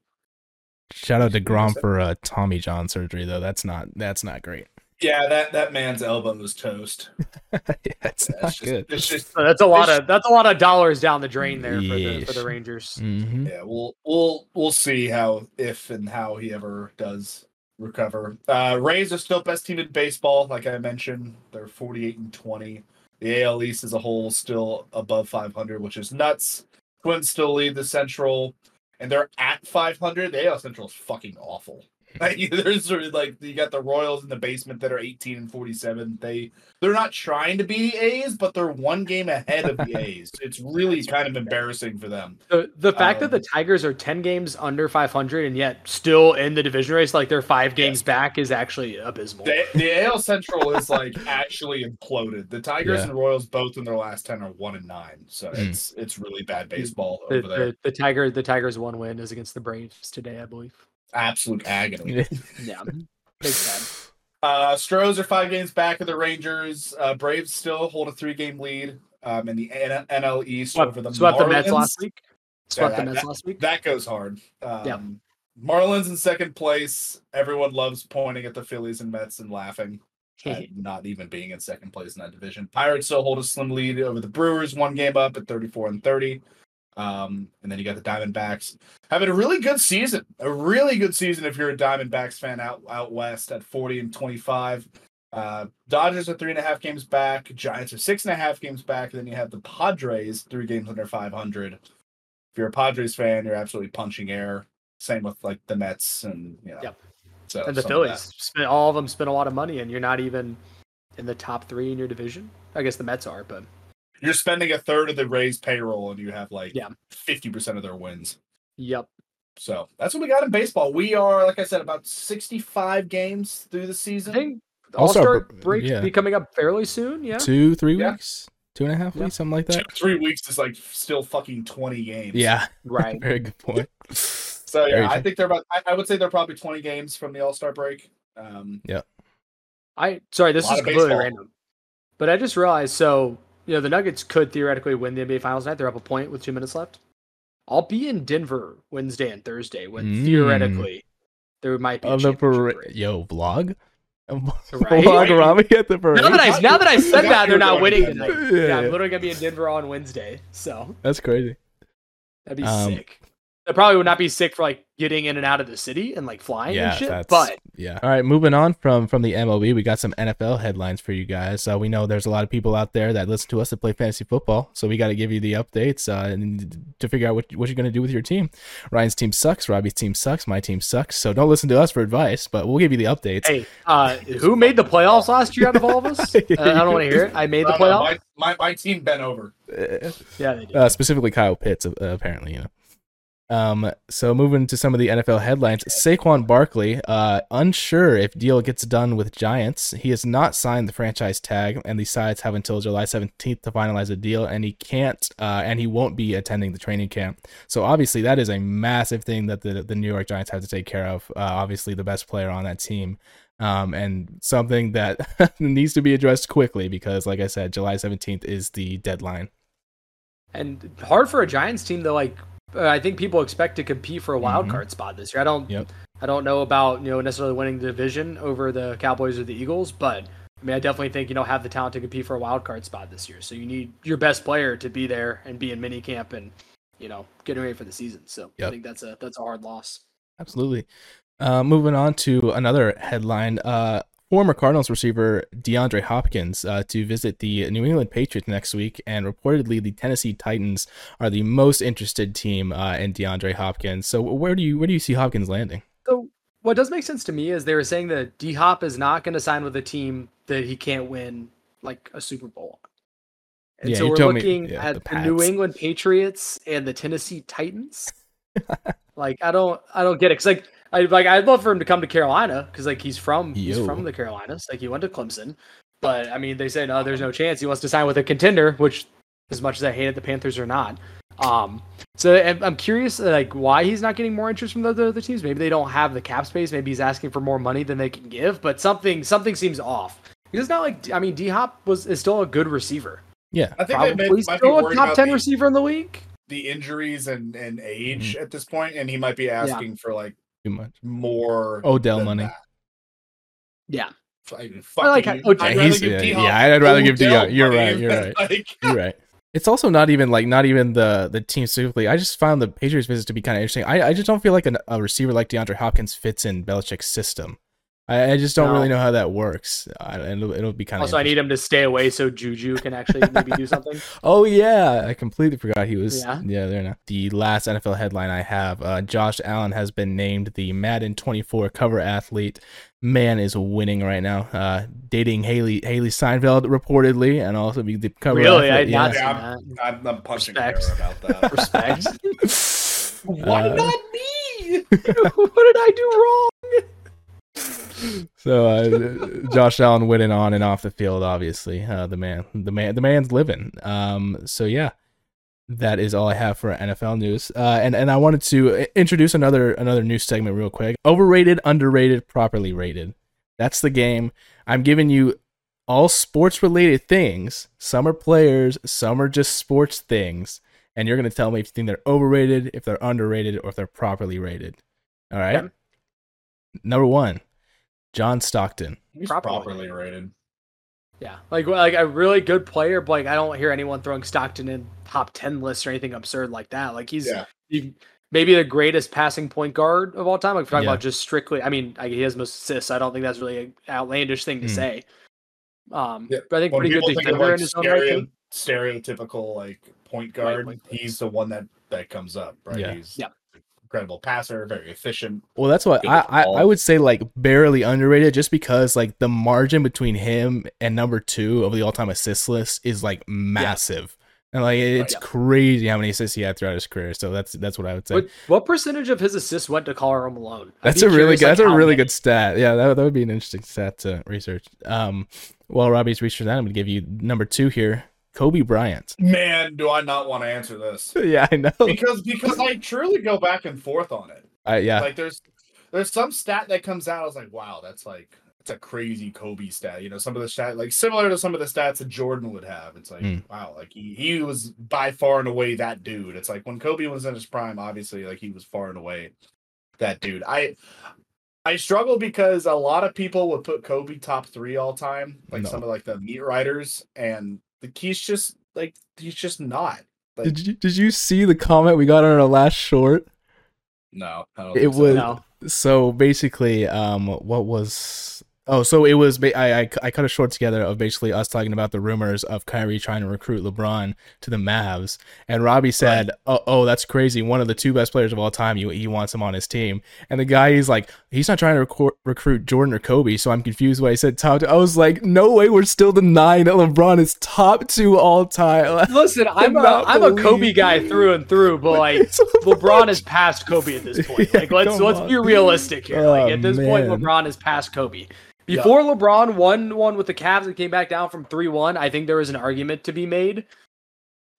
Speaker 3: Shout out to Grom for uh, Tommy John surgery though. That's not that's not great.
Speaker 2: Yeah, that that man's elbow is toast.
Speaker 3: that's
Speaker 2: That's
Speaker 3: not
Speaker 2: just,
Speaker 3: good.
Speaker 2: It's just
Speaker 1: So that's a lot of that's a lot of dollars down the drain there for the for
Speaker 3: Yeesh.
Speaker 1: the
Speaker 2: Mm.
Speaker 1: Rangers.
Speaker 3: hmm
Speaker 2: yeah. We'll we'll we'll see how if and how he ever does recover. Uh, Rays are still best team in baseball, like I mentioned. They're 48 and 20. The AL East as a whole still above 500, which is nuts. Twins still lead the Central, and they're at 500. The AL Central is fucking awful. Like, There's sort of like you got the Royals in the basement that are 18 and 47. They they're not trying to be the A's, but they're one game ahead of the A's. It's really kind of embarrassing for them.
Speaker 1: The the fact that
Speaker 2: Um,
Speaker 1: the Tigers are ten games under five hundred and yet still in the division race, like they're five games back, is actually abysmal.
Speaker 2: The, the AL Central is like actually imploded. The Tigers
Speaker 3: Yeah.
Speaker 2: and Royals both in their last ten are one and nine, so
Speaker 3: Hmm.
Speaker 2: it's it's really bad baseball
Speaker 1: the,
Speaker 2: over there.
Speaker 1: the, the Tiger the Tigers one win is against the Braves today, I believe.
Speaker 2: Absolute agony.
Speaker 1: Yeah, big time.
Speaker 2: Uh, Stros are five games back of the Rangers. Uh, Braves still hold a three game lead um, in the N- NL East
Speaker 1: Swept,
Speaker 2: over the
Speaker 1: swept
Speaker 2: Marlins.
Speaker 1: the Mets last week. Swept
Speaker 2: that-
Speaker 1: the Mets last week.
Speaker 2: That goes hard. Um,
Speaker 1: Yeah.
Speaker 2: Marlins in second place. Everyone loves pointing at the Phillies and Mets and laughing. at not even being in second place in that division. Pirates still hold a slim lead over the Brewers, one game up at 34 and 30. Um, and then you got the Diamondbacks having a really good season, a really good season if you're a Diamondbacks fan out out west at 40 and 25. Uh, Dodgers are three and a half games back, Giants are six and a half games back, and then you have the Padres three games under 500. If you're a Padres fan, you're absolutely punching air. Same with like the Mets and you know,
Speaker 1: Yep.
Speaker 2: so
Speaker 1: and the
Speaker 2: some of that.
Speaker 1: Phillies spent all of them spent a lot of money, and you're not even in the top three in your division. I guess the Mets are, but
Speaker 2: you're spending a third of the Rays payroll and you have like
Speaker 1: Yeah.
Speaker 2: 50% of their wins.
Speaker 1: yep.
Speaker 2: So that's what we got in baseball. We are, like I said, about 65 games through
Speaker 1: I
Speaker 2: the season.
Speaker 1: think All
Speaker 3: Also,
Speaker 1: Star
Speaker 3: br-
Speaker 1: break
Speaker 3: yeah.
Speaker 1: be coming up fairly soon. Yeah,
Speaker 3: Two, three
Speaker 2: Yeah.
Speaker 3: weeks, two and a half
Speaker 1: Yeah.
Speaker 3: weeks, something like
Speaker 2: Two,
Speaker 3: that.
Speaker 2: three weeks is like still fucking 20 games.
Speaker 3: Yeah,
Speaker 1: right.
Speaker 3: very good point.
Speaker 2: So
Speaker 3: Very
Speaker 2: yeah, I
Speaker 3: true.
Speaker 2: think they're about, I, I would say they're probably 20 games from the All Star break. Um,
Speaker 1: I sorry, this
Speaker 2: Lot
Speaker 1: is
Speaker 2: of
Speaker 1: completely
Speaker 2: baseball.
Speaker 1: random, but I just realized. So you know, the Nuggets could theoretically win the NBA Finals tonight. They're up a point with two minutes left. I'll be in Denver Wednesday and Thursday when
Speaker 3: Mm.
Speaker 1: theoretically there might be a
Speaker 3: Of the
Speaker 1: championship
Speaker 3: parade,
Speaker 1: break.
Speaker 3: yo vlog,
Speaker 1: Right?
Speaker 3: vlogorami at the parade.
Speaker 1: Now that I now that I said
Speaker 2: Now
Speaker 1: that, they're
Speaker 2: you're
Speaker 1: not
Speaker 2: going
Speaker 1: winning
Speaker 2: Denver.
Speaker 1: tonight.
Speaker 3: Yeah,
Speaker 1: Yeah, I'm
Speaker 3: yeah.
Speaker 1: literally gonna be in Denver on Wednesday, so
Speaker 3: That's crazy.
Speaker 1: that'd be
Speaker 3: Um,
Speaker 1: sick. That probably would not be sick for like getting in and out of the city and like flying and shit. But
Speaker 3: yeah. All right, moving on from from the MLB, we got some NFL headlines for you guys. Uh, we know there's a lot of people out there that listen to us that play fantasy football, so we got to give you the updates uh, and to figure out what what you're going to do with your team. Ryan's team sucks, Robbie's team sucks, my team sucks. So don't listen to us for advice, but we'll give you the updates.
Speaker 1: hey, uh, who made the playoffs last year out of all of us? Uh, I don't want to hear it. I made the
Speaker 2: I don't know,
Speaker 1: playoffs.
Speaker 2: my, my, my team bent over.
Speaker 1: Yeah, they did.
Speaker 3: uh, specifically Kyle Pitts, uh, apparently, you know. Um, so moving to some of the NFL headlines, Saquon Barkley, uh, unsure if deal gets done with Giants. He has not signed the franchise tag, and the sides have until July 17th to finalize a deal, and he can't, uh, and he won't be attending the training camp. So obviously, that is a massive thing that the the New York Giants have to take care of. Uh, obviously, the best player on that team. Um, and something that needs to be addressed quickly because, like I said, July 17th is the deadline.
Speaker 1: And hard for a Giants team to like. Uh, I think people expect to compete for a wild
Speaker 3: Mhm.
Speaker 1: card spot this year. I don't.
Speaker 3: Yep.
Speaker 1: I don't know about you know necessarily winning the division over the Cowboys or the Eagles, but I mean I definitely think you know have the talent to compete for a wild card spot this year. So you need your best player to be there and be in minicamp and you know getting ready for the season. So I
Speaker 3: Yep.
Speaker 1: think that's a that's a hard loss.
Speaker 3: Absolutely. Uh, moving on to another headline. Uh, former Cardinals receiver DeAndre Hopkins uh, to visit the New England Patriots next week, and reportedly the Tennessee Titans are the most interested team uh, in DeAndre Hopkins. So where do you where do you see Hopkins landing?
Speaker 1: So what does make sense to me is they were saying that D Hop is not going to sign with a team that he can't win like a Super Bowl. on. And
Speaker 3: Yeah,
Speaker 1: so
Speaker 3: you
Speaker 1: we're
Speaker 3: told me-
Speaker 1: looking
Speaker 3: yeah,
Speaker 1: at
Speaker 3: the
Speaker 1: the, New
Speaker 3: Pats.
Speaker 1: England Patriots and the Tennessee Titans. like I don't I don't get it cuz like I like I'd love for him to come to Carolina cuz like he's from he's
Speaker 3: Yo.
Speaker 1: from the Carolinas. Like he went to Clemson. But "Oh, I mean they say no there's no chance he wants to sign with a contender, which as much as I hated the Panthers or not, Um, so I'm I'm curious, uh, like, why he's not getting more interest from the, the other teams. Maybe they don't have the cap space. Maybe he's asking for more money than they can give. But something something seems off. Because it's not like I mean, D Hop was is still a good receiver.
Speaker 3: Yeah.
Speaker 2: I think
Speaker 1: Probably
Speaker 2: they may, might be
Speaker 1: still a
Speaker 2: worried
Speaker 1: top
Speaker 2: about
Speaker 1: ten
Speaker 2: the,
Speaker 1: receiver in the league.
Speaker 2: the injuries and, and age
Speaker 1: Mm-hmm.
Speaker 2: at this point, and he might be asking for like
Speaker 3: Too much.
Speaker 2: more
Speaker 1: Oh.
Speaker 3: Odell
Speaker 2: than
Speaker 3: money.
Speaker 2: that.
Speaker 1: Yeah.
Speaker 2: F-
Speaker 1: I like
Speaker 2: fucking-
Speaker 1: how- okay,
Speaker 2: I'd
Speaker 3: Yeah,
Speaker 2: rather
Speaker 3: he's-
Speaker 2: give
Speaker 3: yeah,
Speaker 2: D-Hop
Speaker 3: yeah, I'd rather give
Speaker 2: Odell
Speaker 3: D-Hop. You're
Speaker 2: money
Speaker 3: right, you're
Speaker 2: than, like,
Speaker 3: You're right. It's also not even like not even the the team specifically. I just found the Patriots visit to be kind of interesting. I, I just don't feel like an, a receiver like DeAndre Hopkins fits in Belichick's system. I, I just don't
Speaker 1: No.
Speaker 3: really know how that works. I, and it'll, it'll be kind of.
Speaker 1: Also, I need him to stay away so Juju can actually maybe do something.
Speaker 3: Oh yeah, I completely forgot he was. Yeah,
Speaker 1: Yeah.
Speaker 3: there now. The last NFL headline I have: uh, Josh Allen has been named the Madden 24 cover athlete. Man is winning right now. Uh, dating Haley Haley Seinfeld reportedly, and also be the cover.
Speaker 1: Really, I
Speaker 3: athlete.
Speaker 1: did not
Speaker 2: yeah.
Speaker 1: see that.
Speaker 2: I'm, I'm punching
Speaker 1: Respect.
Speaker 2: Kara about that.
Speaker 1: Respect.
Speaker 3: Why
Speaker 2: me?
Speaker 1: what did I do wrong?
Speaker 3: So uh, Josh Allen winning on and off the field, obviously. Uh, the man, the man, the man's living. Um, so yeah, that is all I have for NFL news. Uh, and and I wanted to i- introduce another another new segment real quick. Overrated, underrated, properly rated. That's the game. I'm giving you all sports related things. Some are players, some are just sports things. And you're gonna tell me if you think they're overrated, if they're underrated, or if they're properly rated. All right.
Speaker 1: Okay.
Speaker 3: Number one, John Stockton.
Speaker 2: He's
Speaker 1: Properly.
Speaker 2: properly rated.
Speaker 1: Yeah, like well, like a really good player, but like I don't hear anyone throwing Stockton in top ten lists or anything absurd like that. Like he's
Speaker 2: Yeah.
Speaker 1: he- maybe the greatest passing point guard of all time. Like if we're talking
Speaker 3: Yeah.
Speaker 1: about just strictly, I mean, I, he has most assists. I don't think that's really an outlandish thing to
Speaker 3: Mm.
Speaker 1: say. Um,
Speaker 2: Yeah,
Speaker 1: but I think
Speaker 2: When
Speaker 1: pretty good
Speaker 2: people think of
Speaker 1: defender
Speaker 2: like
Speaker 1: in his own right.
Speaker 2: stereo-
Speaker 1: too.
Speaker 2: stereotypical like point
Speaker 1: Right,
Speaker 2: guard,
Speaker 1: like-
Speaker 2: he's the one that that comes up, right?
Speaker 3: Yeah.
Speaker 2: He's
Speaker 1: Yeah.
Speaker 2: incredible passer, very efficient.
Speaker 3: Well, that's what
Speaker 2: Good
Speaker 3: I, I,
Speaker 2: call.
Speaker 3: I would say like barely underrated just because like the margin between him and number two of the all time assist list is like massive. And like it's
Speaker 1: Yeah.
Speaker 3: crazy how many assists he had throughout his career. So that's that's what I would say.
Speaker 1: What, what percentage of his assists went to Colorado Malone? I'd
Speaker 3: that's
Speaker 1: be
Speaker 3: a really
Speaker 1: curious,
Speaker 3: good
Speaker 1: like,
Speaker 3: that's a
Speaker 1: how
Speaker 3: really
Speaker 1: many.
Speaker 3: good stat. Yeah, that, that would be an interesting stat to research. Um while Robbie's researching that, I'm gonna give you number two here, Kobe Bryant.
Speaker 2: Man, do I not want to answer this.
Speaker 3: yeah, I know.
Speaker 2: Because because I truly go back and forth on it.
Speaker 3: I, yeah.
Speaker 2: Like there's there's some stat that comes out, I was like, wow, that's like it's a crazy Kobe stat. You know, some of the stat like similar to some of the stats that Jordan would have. It's like,
Speaker 3: Mm.
Speaker 2: wow, like he, he was by far and away that dude. It's like when Kobe was in his prime, obviously, like he was far and away that dude. I I struggle because a lot of people would put Kobe top three all time, like
Speaker 3: No.
Speaker 2: some of like the meat writers, and the he's just like he's just not. Like
Speaker 3: did you did you see the comment we got on our last short?
Speaker 2: no, I
Speaker 1: Oh,
Speaker 2: don't
Speaker 3: It
Speaker 2: think so.
Speaker 3: was-
Speaker 1: No,
Speaker 3: so basically um what was oh so it was ba- I, I i cut a short together of basically us talking about the rumors of Kyrie trying to recruit LeBron to the Mavs and Robbie said oh, oh that's crazy one of the two best players of all time you he wants him on his team and the guy he's like he's not trying to recor- recruit Jordan or Kobe so I'm confused why he said top two. I was like no way we're still denying that LeBron is top 2 all time
Speaker 1: listen, I'm a,
Speaker 3: cannot
Speaker 1: I'm a Kobe
Speaker 3: believe-
Speaker 1: guy through and through, but like
Speaker 3: It's LeBron.
Speaker 1: LeBron is past Kobe at this point.
Speaker 3: Yeah,
Speaker 1: Like let's
Speaker 3: come
Speaker 1: let's
Speaker 3: on.
Speaker 1: be realistic here. like
Speaker 3: Oh,
Speaker 1: at this point,
Speaker 3: man.
Speaker 1: LeBron is past Kobe. Before LeBron won one with the Cavs and came back down from three one, I think there was an argument to be made.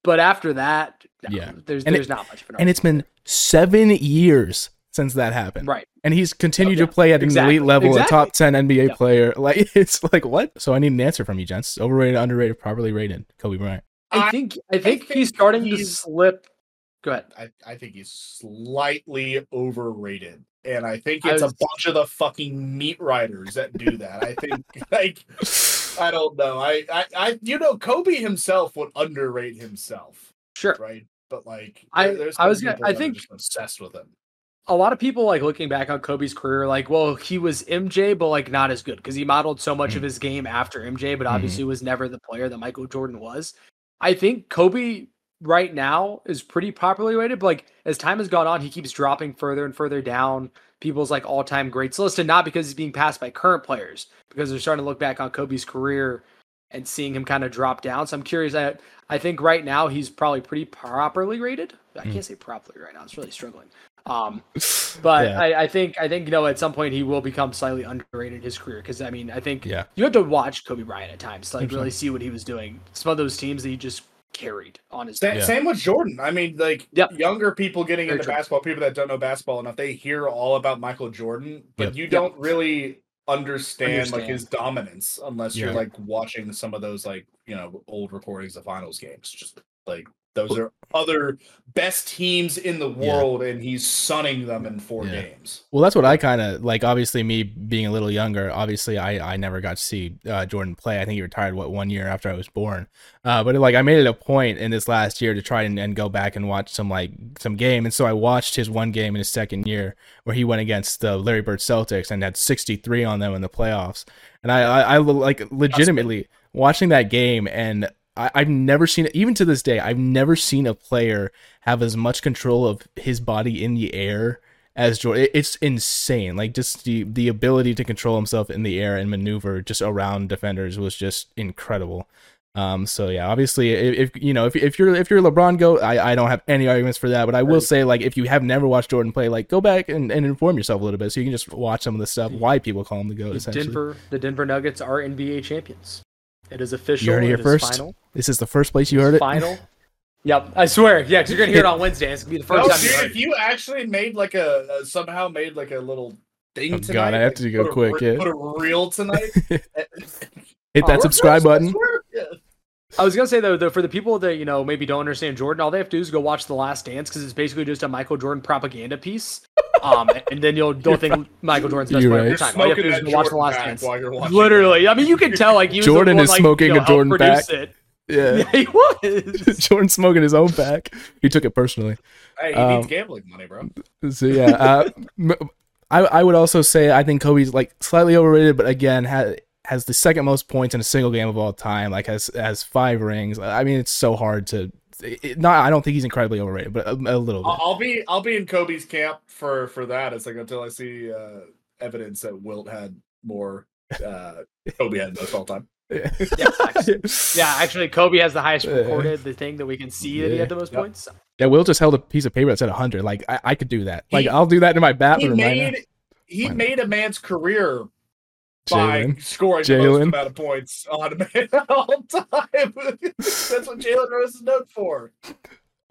Speaker 1: But after that, no,
Speaker 3: Yeah.
Speaker 1: there's
Speaker 3: And it-
Speaker 1: there's not much of an
Speaker 3: and it's been 7 years since that happened
Speaker 1: argument. right.
Speaker 3: and he's continued
Speaker 1: Yeah,
Speaker 3: to play at
Speaker 1: exactly,
Speaker 3: an elite level,
Speaker 1: exactly.
Speaker 3: a top ten NBA
Speaker 1: Yeah.
Speaker 3: player. Like it's like what? So I need an answer from you, gents. Overrated, underrated, properly rated. Kobe Bryant.
Speaker 1: I
Speaker 2: I-
Speaker 1: think I think
Speaker 2: think
Speaker 1: he's starting to
Speaker 2: he's-
Speaker 1: slip. Go ahead.
Speaker 2: I, I think he's slightly overrated. And I think
Speaker 1: I
Speaker 2: it's
Speaker 1: was-
Speaker 2: a bunch of the fucking meat riders that do that. I think like I don't know. I, I I you know Kobe himself would underrate himself,
Speaker 1: Sure.
Speaker 2: right? But like
Speaker 1: I-
Speaker 2: there- there's
Speaker 1: I
Speaker 2: some
Speaker 1: was gonna-
Speaker 2: people
Speaker 1: I
Speaker 2: that are
Speaker 1: think-
Speaker 2: just obsessed with him.
Speaker 1: a lot of people like looking back on Kobe's career, like, well, he was MJ, but like not as good because he modeled so much of his game after MJ, but obviously was never the player that Michael Jordan was. I think Kobe right now is pretty popularly rated, but like as time has gone on, he keeps dropping further and further down people's like all time greats list, and not because he's being passed by current players, because they're starting to look back on Kobe's career and seeing him kind of drop down. So I'm curious. I I think right now he's probably pretty properly rated. I
Speaker 3: Mm.
Speaker 1: can't say properly right now. It's really struggling. Um, but
Speaker 3: yeah.
Speaker 1: I, I think I think you know at some point he will become slightly underrated in his career because I mean I think
Speaker 3: Yeah.
Speaker 1: you had to watch Kobe Bryant at times to like
Speaker 3: Absolutely.
Speaker 1: really see what he was doing. Some of those teams that he just carried on his.
Speaker 2: Sa-
Speaker 3: Yeah.
Speaker 2: Same with Jordan. I mean, like
Speaker 1: Yep.
Speaker 2: younger people getting
Speaker 1: Very
Speaker 2: into
Speaker 1: true.
Speaker 2: basketball, people that don't know basketball enough, they hear all about Michael Jordan, but
Speaker 3: Yep.
Speaker 2: you don't really understand,
Speaker 1: Understand.
Speaker 2: like his dominance unless
Speaker 3: Yeah.
Speaker 2: you're like watching some of those like you know old recordings of finals games. Just like those are other best teams in the
Speaker 3: Yeah.
Speaker 2: world, and he's sunning them in four
Speaker 3: Yeah.
Speaker 2: games.
Speaker 3: Well, that's what I kind of like. Obviously, me being a little younger, obviously, I, I never got to see uh, Jordan play. I think he retired what one year after I was born. Uh, but like, I made it a point in this last year to try and, and go back and watch some like some game. And so I watched his one game in his second year where he went against the Larry Bird Celtics and had 63 on them in the playoffs. And I I, I like legitimately watching that game and. I- I've never seen, even to this day, I've never seen a player have as much control of his body in the air as Jordan. It- It's insane. Like just the the ability to control himself in the air and maneuver just around defenders was just incredible. Um, so yeah, obviously, i- if, if you know if, if you're if you're a LeBron go, I, I don't have any arguments for that. But I will say, like, if you have never watched Jordan play, like, go back and, and inform yourself a little bit, so you can just watch some of the stuff. Why people call him the goat?
Speaker 1: The
Speaker 3: Essentially,
Speaker 1: Denver, the Denver Nuggets are NBA champions. It is official.
Speaker 3: you heard it here
Speaker 1: is
Speaker 3: first.
Speaker 1: Final.
Speaker 3: This is the first place you heard it.
Speaker 1: Final. Yep, I swear. Yeah, because you're gonna hear it on Wednesday. It's gonna be the first
Speaker 2: No,
Speaker 1: time. you heard
Speaker 2: dude,
Speaker 1: it.
Speaker 2: if you actually made like a uh, somehow made like a little thing
Speaker 3: Oh, God,
Speaker 2: tonight,
Speaker 3: I have
Speaker 2: like,
Speaker 3: to go
Speaker 2: put a
Speaker 3: quick,
Speaker 2: re-
Speaker 3: yeah.
Speaker 2: Put a reel tonight.
Speaker 3: Hit that
Speaker 1: Oh,
Speaker 3: subscribe button.
Speaker 2: Yeah.
Speaker 1: I was gonna say though, though, for the people that you know maybe don't understand Jordan, all they have to do is go watch The Last Dance because it's basically just a Michael Jordan propaganda piece. Um, and then you'll don't think Michael Jordan's best
Speaker 3: You're
Speaker 1: player
Speaker 3: right.
Speaker 1: of all
Speaker 2: You're
Speaker 1: time. All you have to
Speaker 2: smoking
Speaker 1: do is
Speaker 2: that
Speaker 1: go watch The
Speaker 2: Jordan
Speaker 1: Last
Speaker 2: back
Speaker 1: Dance.
Speaker 2: while you're watching.
Speaker 1: Literally, I mean, you can tell like he was the
Speaker 3: Jordan
Speaker 1: one,
Speaker 3: is
Speaker 1: like,
Speaker 3: smoking
Speaker 1: you
Speaker 3: a
Speaker 1: know, helped
Speaker 3: Jordan
Speaker 1: produce
Speaker 3: back.
Speaker 1: It.
Speaker 3: Yeah,
Speaker 1: Yeah, he was.
Speaker 3: Jordan smoking his own back. He took it personally.
Speaker 2: Hey, he
Speaker 3: Um,
Speaker 2: needs gambling money, bro.
Speaker 3: So yeah, uh, m- I I would also say I think Kobe's like slightly overrated, but again has has the second most points in a single game of all time. Like has has five rings. I mean, it's so hard to. It, not I don't think he's incredibly overrated, but a, a little
Speaker 2: I'll,
Speaker 3: bit.
Speaker 2: I'll be I'll be in Kobe's camp for for that. It's like until I see uh, evidence that Wilt had more. Uh, Kobe had most all time.
Speaker 1: yeah, Uh, actually- yeah, actually, Kobe has the highest
Speaker 3: Uh,
Speaker 1: recorded the thing that we can see that he
Speaker 3: yeah.
Speaker 1: had the most
Speaker 2: Yep.
Speaker 1: points.
Speaker 3: Yeah, Will just held a piece of paper that said hundred. Like I, I could do that. Like
Speaker 2: He-
Speaker 3: I'll do that in my
Speaker 2: He
Speaker 3: bathroom right now.
Speaker 2: made he
Speaker 3: Why not?
Speaker 2: made a man's career by
Speaker 3: Jalen.
Speaker 2: scoring the most
Speaker 3: Jalen.
Speaker 2: amount of points on a man all time. That's what Jalen Rose is known for.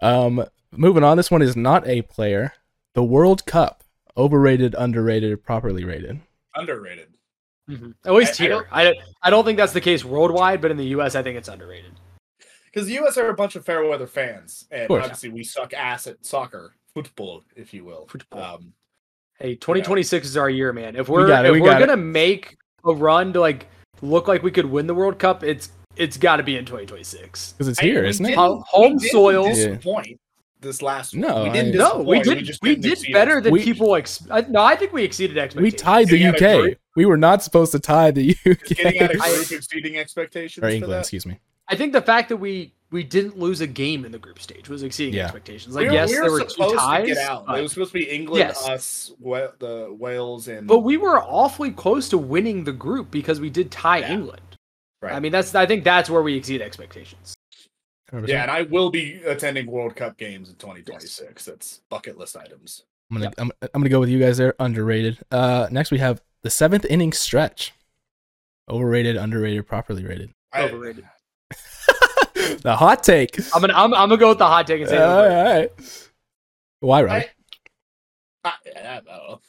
Speaker 3: Um, moving on. This one is not a player. The World Cup. Overrated, underrated, properly rated.
Speaker 2: Underrated.
Speaker 1: Mhm. At least
Speaker 2: I- I
Speaker 1: here, I don't, I don't think that's the case worldwide, but in the U.S., I think it's underrated.
Speaker 2: Because the US are a bunch of fair weather fans, and
Speaker 3: course.
Speaker 2: obviously we suck ass at soccer, football, if you will.
Speaker 1: Football.
Speaker 2: Um,
Speaker 1: Hey, 2026 is our year, man. If we're
Speaker 3: got it,
Speaker 1: if
Speaker 3: we
Speaker 1: we are
Speaker 3: got it.
Speaker 1: gonna make a run to like look like we could win the World Cup, it's it's got to be in 2026.
Speaker 3: Because it's
Speaker 2: I-
Speaker 3: here,
Speaker 2: we
Speaker 3: isn't it?
Speaker 2: didn't-
Speaker 1: Ho- home
Speaker 2: we didn't
Speaker 1: soil.
Speaker 3: Yeah.
Speaker 2: Disappoint this last.
Speaker 3: No,
Speaker 2: we
Speaker 3: I-
Speaker 2: didn't
Speaker 1: No, we
Speaker 2: disappoint,
Speaker 1: did
Speaker 2: just
Speaker 1: we
Speaker 2: didn't
Speaker 1: did
Speaker 2: exceed
Speaker 1: better than
Speaker 3: We-
Speaker 1: people. Ex- I, no, I think we exceeded
Speaker 3: We
Speaker 1: expectations.
Speaker 3: tied the
Speaker 2: Yeah,
Speaker 3: UK.
Speaker 2: great.
Speaker 3: We were not supposed to tie the
Speaker 2: expectations. Getting out of
Speaker 3: UK.
Speaker 1: I-
Speaker 2: group exceeding expectations.
Speaker 3: Or
Speaker 2: for
Speaker 3: England,
Speaker 2: that.
Speaker 3: excuse me.
Speaker 1: I think the fact that we we didn't lose a game in the group stage was exceeding
Speaker 3: Yeah.
Speaker 1: expectations. Like
Speaker 2: we were,
Speaker 1: yes,
Speaker 2: we were
Speaker 1: there were
Speaker 2: supposed
Speaker 1: two ties,
Speaker 2: to get out.
Speaker 1: but-
Speaker 2: It was supposed to be England,
Speaker 1: Yes.
Speaker 2: us, Wa- the Wales, and
Speaker 1: but we were awfully close to winning the group because we did tie
Speaker 2: Yeah.
Speaker 1: England.
Speaker 2: Right.
Speaker 1: I mean, that's I think that's where we exceed expectations.
Speaker 2: yeah, and I will be attending World Cup games in 2026. That's bucket list items.
Speaker 3: I'm gonna I'm, I'm gonna go with you guys there. Underrated. Uh, next we have the seventh inning stretch. Overrated, underrated, properly rated.
Speaker 2: I-
Speaker 1: Overrated.
Speaker 3: the hot take.
Speaker 1: I'm gonna I'm, I'm gonna go with the hot take and say
Speaker 3: all
Speaker 1: overrated.
Speaker 3: right. Why, Robbie?
Speaker 2: I, I don't know.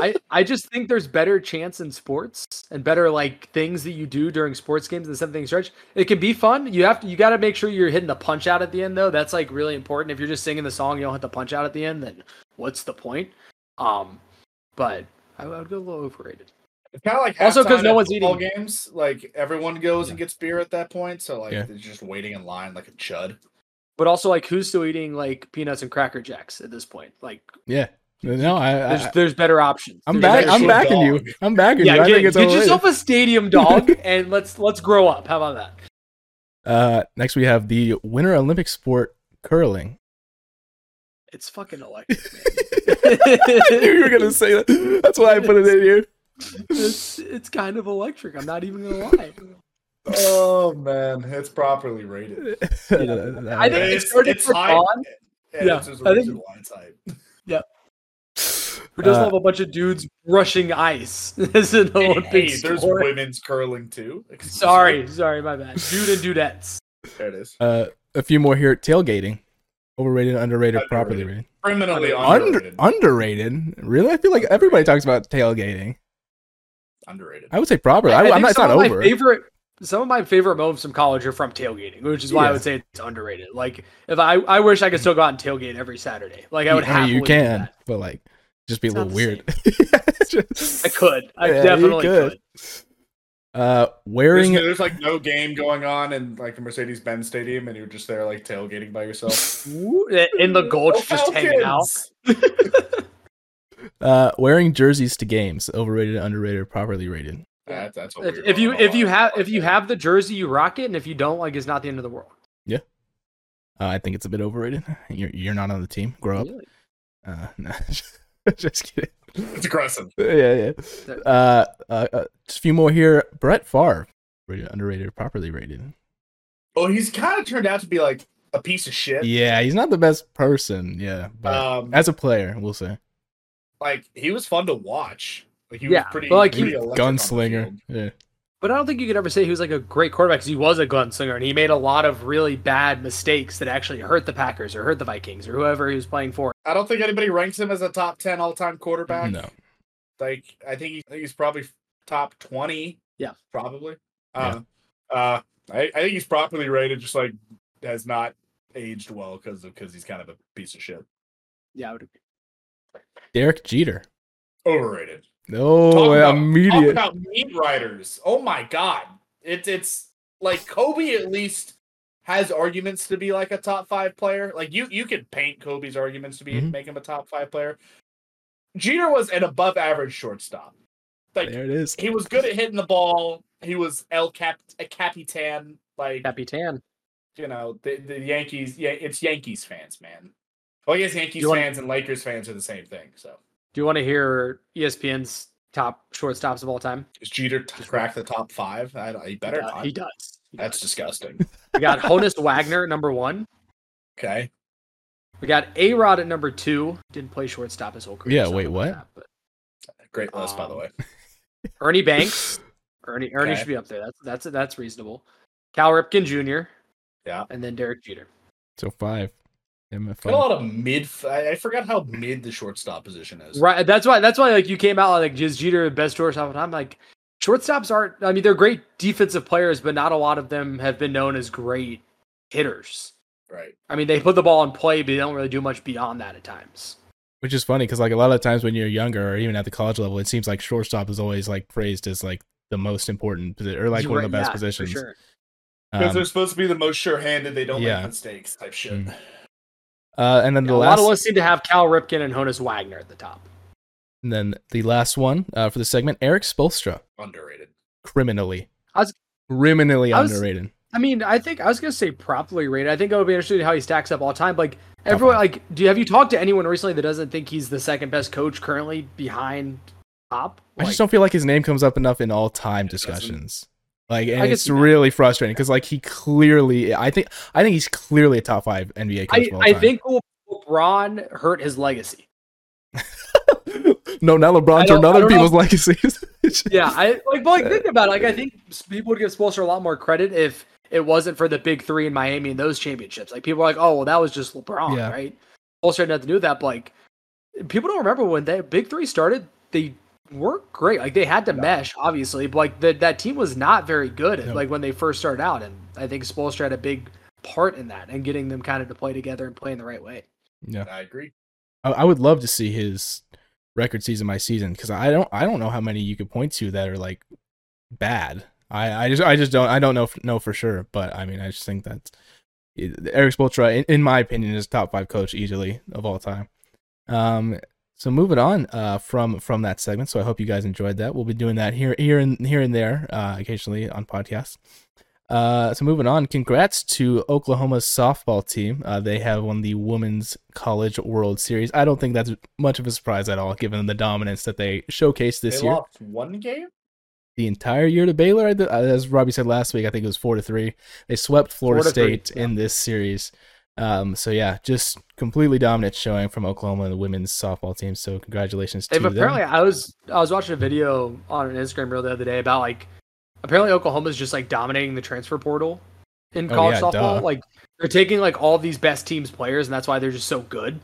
Speaker 1: I, I just think there's better chance in sports and better like things that you do during sports games than something stretch. It can be fun. You have to you got to make sure you're hitting the punch out at the end though. That's like really important. If you're just singing the song, you don't hit the punch out at the end, then what's the point? Um, but I would go a little overrated.
Speaker 2: It's kind of like
Speaker 1: Also 'cause
Speaker 2: halftime
Speaker 1: no
Speaker 2: at
Speaker 1: one's
Speaker 2: football
Speaker 1: eating.
Speaker 2: games. Like everyone goes
Speaker 3: Yeah.
Speaker 2: and gets beer at that point, so like
Speaker 3: Yeah.
Speaker 2: they're just waiting in line like a chud.
Speaker 1: But also like who's still eating like peanuts and cracker jacks at this point? Like
Speaker 3: Yeah. No, I.
Speaker 1: there's
Speaker 3: I
Speaker 1: there's better options.
Speaker 3: Uh, I'm
Speaker 1: There's
Speaker 3: back.
Speaker 1: better
Speaker 3: I'm
Speaker 1: shit.
Speaker 3: backing
Speaker 2: dog.
Speaker 3: you. I'm backing
Speaker 1: Yeah,
Speaker 3: you. I
Speaker 1: get,
Speaker 3: think it's
Speaker 1: get
Speaker 3: overrated.
Speaker 1: yourself a stadium dog and let's let's grow up. How about that?
Speaker 3: Uh, next we have the Winter Olympic sport curling.
Speaker 1: It's fucking electric.
Speaker 3: I knew you were gonna say that. That's why I put it in here.
Speaker 1: it's it's kind of electric. I'm not even gonna lie.
Speaker 2: Oh man, it's properly rated.
Speaker 1: I think it
Speaker 2: It's-
Speaker 1: started
Speaker 2: it's
Speaker 1: from
Speaker 2: high-
Speaker 1: Vaughn,
Speaker 2: Yeah,
Speaker 1: Yeah,
Speaker 2: it's just a
Speaker 1: I think-
Speaker 2: reason why it's hype.
Speaker 1: who doesn't
Speaker 3: Uh,
Speaker 1: have a bunch of dudes rushing ice as an Olympic
Speaker 2: Hey, there's
Speaker 1: sport.
Speaker 2: women's curling too. Excuse me.
Speaker 1: Sorry, sorry, my bad. Dude and dudettes.
Speaker 2: there it is.
Speaker 3: Uh, a few more here. Tailgating, overrated, underrated, properly rated.
Speaker 2: Criminally
Speaker 3: Under
Speaker 2: underrated.
Speaker 3: underrated, really? I feel like everybody talks about tailgating.
Speaker 2: underrated.
Speaker 3: I would say properly. I,
Speaker 1: I
Speaker 3: am
Speaker 1: think
Speaker 3: not. It's
Speaker 1: some
Speaker 3: not
Speaker 1: of my
Speaker 3: over.
Speaker 1: Favorite, some of my favorite moments from college are from tailgating, which is why I
Speaker 3: Yeah.
Speaker 1: would say it's underrated. Like if I, I wish I could still go out and tailgate every Saturday. Like I would
Speaker 3: I
Speaker 1: have.
Speaker 3: mean, you can, but like, just be
Speaker 4: It's
Speaker 3: a
Speaker 4: not
Speaker 3: little
Speaker 4: the
Speaker 3: weird.
Speaker 1: I could. I
Speaker 3: Yeah, you
Speaker 1: definitely
Speaker 3: could.
Speaker 1: could.
Speaker 3: Uh,
Speaker 2: There's,
Speaker 3: wearing
Speaker 2: no- there's like no game going on in like the Mercedes Benz Stadium, and you're just there like tailgating by yourself.
Speaker 1: Ooh, In the gulch,
Speaker 2: Go
Speaker 1: just hanging out.
Speaker 2: Oh, Falcons!
Speaker 3: uh, wearing jerseys to games, overrated, underrated, properly rated.
Speaker 2: That- that's a
Speaker 1: If,
Speaker 2: weird
Speaker 1: if you
Speaker 2: one.
Speaker 1: if you have if you have the jersey, you rock it, and if you don't, like, it's not the end of the world.
Speaker 3: Uh, I think it's a bit overrated. You're you're not on the team. Grow up.
Speaker 1: Really?
Speaker 3: Uh, no, just kidding.
Speaker 2: it's aggressive.
Speaker 3: yeah, yeah. Uh, uh, uh, just a few more here. Brett Favre, rated, underrated, properly rated.
Speaker 2: Well, he's kind of turned out to be like a piece of shit.
Speaker 3: Yeah, he's not the best person. Yeah, but
Speaker 2: Um,
Speaker 3: as a player, we'll say
Speaker 2: like he was fun to watch. Like he
Speaker 1: Yeah,
Speaker 2: was pretty,
Speaker 1: but, like,
Speaker 2: pretty
Speaker 1: he-
Speaker 2: electric on the
Speaker 3: gunslinger.
Speaker 2: field.
Speaker 3: Yeah,
Speaker 1: But I don't think you could ever say he was like a great quarterback because he was a gunslinger and he made a lot of really bad mistakes that actually hurt the Packers or hurt the Vikings or whoever he was playing for.
Speaker 2: I don't think anybody ranks him as a top ten all time quarterback.
Speaker 3: no.
Speaker 2: Like I think, he, I think he's probably top twenty.
Speaker 1: Yeah.
Speaker 2: probably. Uh, uh, I, I think he's properly rated. Just like has not aged well because because he's kind of a piece of shit.
Speaker 1: Yeah, I would agree.
Speaker 3: Derek Jeter.
Speaker 2: Overrated. Talk
Speaker 3: No,
Speaker 2: about- Talk
Speaker 3: immediate.
Speaker 2: about meat riders. Oh my god. It's it's like Kobe at least has arguments to be like a top five player. Like you you could paint Kobe's arguments to be
Speaker 3: Mhm.
Speaker 2: make him a top five player. Jeter was an above average shortstop. Like
Speaker 3: There it is.
Speaker 2: he was good at hitting the ball. He was El Cap a Capitan. Like
Speaker 1: Capitan.
Speaker 2: you know the, the Yankees. Yeah, it's Yankees fans, man. Well, I guess Yankees
Speaker 1: You want-
Speaker 2: fans and Lakers fans are the same thing. So
Speaker 1: Do you want to hear E ESPN's top shortstops of all time?
Speaker 2: is Jeter t- crack the top five? I, don't- he
Speaker 1: He
Speaker 2: better
Speaker 1: do-
Speaker 2: not.
Speaker 1: He does. He
Speaker 2: That's
Speaker 1: does.
Speaker 2: disgusting.
Speaker 1: We got Honus Wagner number one.
Speaker 2: Okay.
Speaker 1: We got A Rod at number two. Didn't play shortstop his whole career.
Speaker 3: Yeah,
Speaker 1: so I
Speaker 3: wait,
Speaker 1: don't know
Speaker 3: what?
Speaker 1: about that,
Speaker 2: Great list, by the
Speaker 1: Um,
Speaker 2: way.
Speaker 1: but Ernie Banks. Ernie Ernie
Speaker 2: Okay.
Speaker 1: should be up there. That's that's that's reasonable. Cal Ripken Jr.
Speaker 2: Yeah.
Speaker 1: And then Derek Jeter.
Speaker 3: So five.
Speaker 2: Got a
Speaker 3: MFI.
Speaker 2: lot of mid. I, I forgot how mid the shortstop position is.
Speaker 1: Right. That's why. That's why. Like you came out like just Jeter the best shortstop, and I'm like, shortstops aren't. I mean, they're great defensive players, but not a lot of them have been known as great hitters.
Speaker 2: Right.
Speaker 1: I mean, they put the ball in play, but they don't really do much beyond that at times.
Speaker 3: Which is funny because like a lot of times when you're younger or even at the college level, it seems like shortstop is always like praised as like the most important posi- or like
Speaker 1: You
Speaker 3: one
Speaker 1: were-
Speaker 3: of the best
Speaker 1: yeah, for
Speaker 3: positions.
Speaker 1: sure.
Speaker 2: Because
Speaker 3: Um,
Speaker 2: they're supposed to be the most sure-handed. They don't
Speaker 3: yeah.
Speaker 2: make mistakes. Type shit.
Speaker 3: Mm. uh, and then
Speaker 1: Yeah,
Speaker 3: the
Speaker 1: a
Speaker 3: last
Speaker 1: lot of us seem to have Cal Ripken and Honus Wagner at the top.
Speaker 3: and then the last one uh, for the segment, Eric Spolstra,
Speaker 2: Underrated.
Speaker 3: criminally.
Speaker 1: I was-
Speaker 3: criminally
Speaker 1: I was-
Speaker 3: underrated.
Speaker 1: I mean, I think I was gonna say properly rated. I think it would be interesting how he stacks up all time. Like everyone, like do you, have you talked to anyone recently that doesn't think he's the second best coach currently behind Pop?
Speaker 3: I just don't feel like his name comes up enough in all time
Speaker 2: doesn't.
Speaker 3: discussions. Like, and
Speaker 1: I can
Speaker 3: it's
Speaker 1: see that.
Speaker 3: really frustrating because like he clearly, I think, I think he's clearly a top five NBA coach.
Speaker 1: I,
Speaker 3: of all
Speaker 1: I
Speaker 3: time.
Speaker 1: think Le- LeBron hurt his legacy.
Speaker 3: no, not
Speaker 1: I don't-
Speaker 3: LeBron turned
Speaker 1: I
Speaker 3: other
Speaker 1: don't know.
Speaker 3: people's legacies.
Speaker 1: Yeah, I like. But like, think about it. Like, I think s- people would give Spoelstra a lot more credit if it wasn't for the big three in Miami and those championships. Like, people are like, "Oh, well, that was just LeBron,
Speaker 3: Yeah.
Speaker 1: right?" Spoelstra had nothing to do with that. But like, people don't remember when that big three started. They weren't great. Like, they had to mesh, obviously. But like, the, that team was not very good.
Speaker 3: No.
Speaker 1: Like when they first started out, and I think Spoelstra had a big part in that and getting them kind of to play together and play in the right way.
Speaker 3: yeah.
Speaker 2: I agree.
Speaker 3: I, I would love to see his record season by season because I don't I don't know how many you could point to that are like bad. I, I just I just don't I don't know f- know for sure, but I mean I just think that Eric Spoelstra, in, in my opinion, is top five coach easily of all time. Um, so moving on uh, from from that segment. So I hope you guys enjoyed that. We'll be doing that here here and here and there uh, occasionally on podcasts. Uh, so moving on, congrats to Oklahoma's softball team. Uh, they have won the Women's College World Series. I don't think that's much of a surprise at all, given the dominance that they showcased this
Speaker 2: they
Speaker 3: year.
Speaker 2: lost one game.
Speaker 3: The entire year to Baylor, I th- uh, as Robbie said last week, I think it was four to three. They swept Florida
Speaker 1: Four to three,
Speaker 3: State in this series. Um, so yeah, just completely dominant showing from Oklahoma and the women's softball team. So congratulations
Speaker 1: They've
Speaker 3: to
Speaker 1: apparently.
Speaker 3: them.
Speaker 1: I was I was watching a video on an Instagram reel the other day about like apparently Oklahoma's just like dominating the transfer portal, in
Speaker 3: Oh,
Speaker 1: college
Speaker 3: yeah,
Speaker 1: softball.
Speaker 3: duh.
Speaker 1: Like they're taking like all these best teams players, and that's why they're just so good.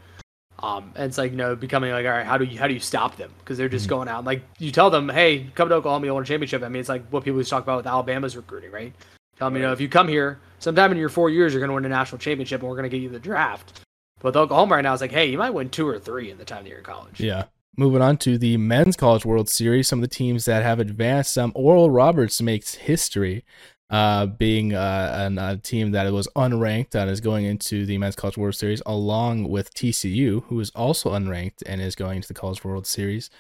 Speaker 1: Um, and it's like you know becoming like all right, how do you how do you stop them? Because they're just
Speaker 3: Mm-hmm.
Speaker 1: going out and, like you tell them, hey, come to Oklahoma, you will win a championship. I mean, it's like what people used to talk about with Alabama's recruiting, right? Tell them you know if you come here sometime in your four years, you're going to win a national championship, and we're going to get you the draft. But with Oklahoma right now is like, hey, you might win two or three in the time that you're in college.
Speaker 3: Yeah. Moving on to the men's college World Series, some of the teams that have advanced. Um, Oral Roberts makes history, uh, being uh, an, a team that was unranked and is going into the men's college World Series, along with TCU, who is also unranked and is going into the college World Series.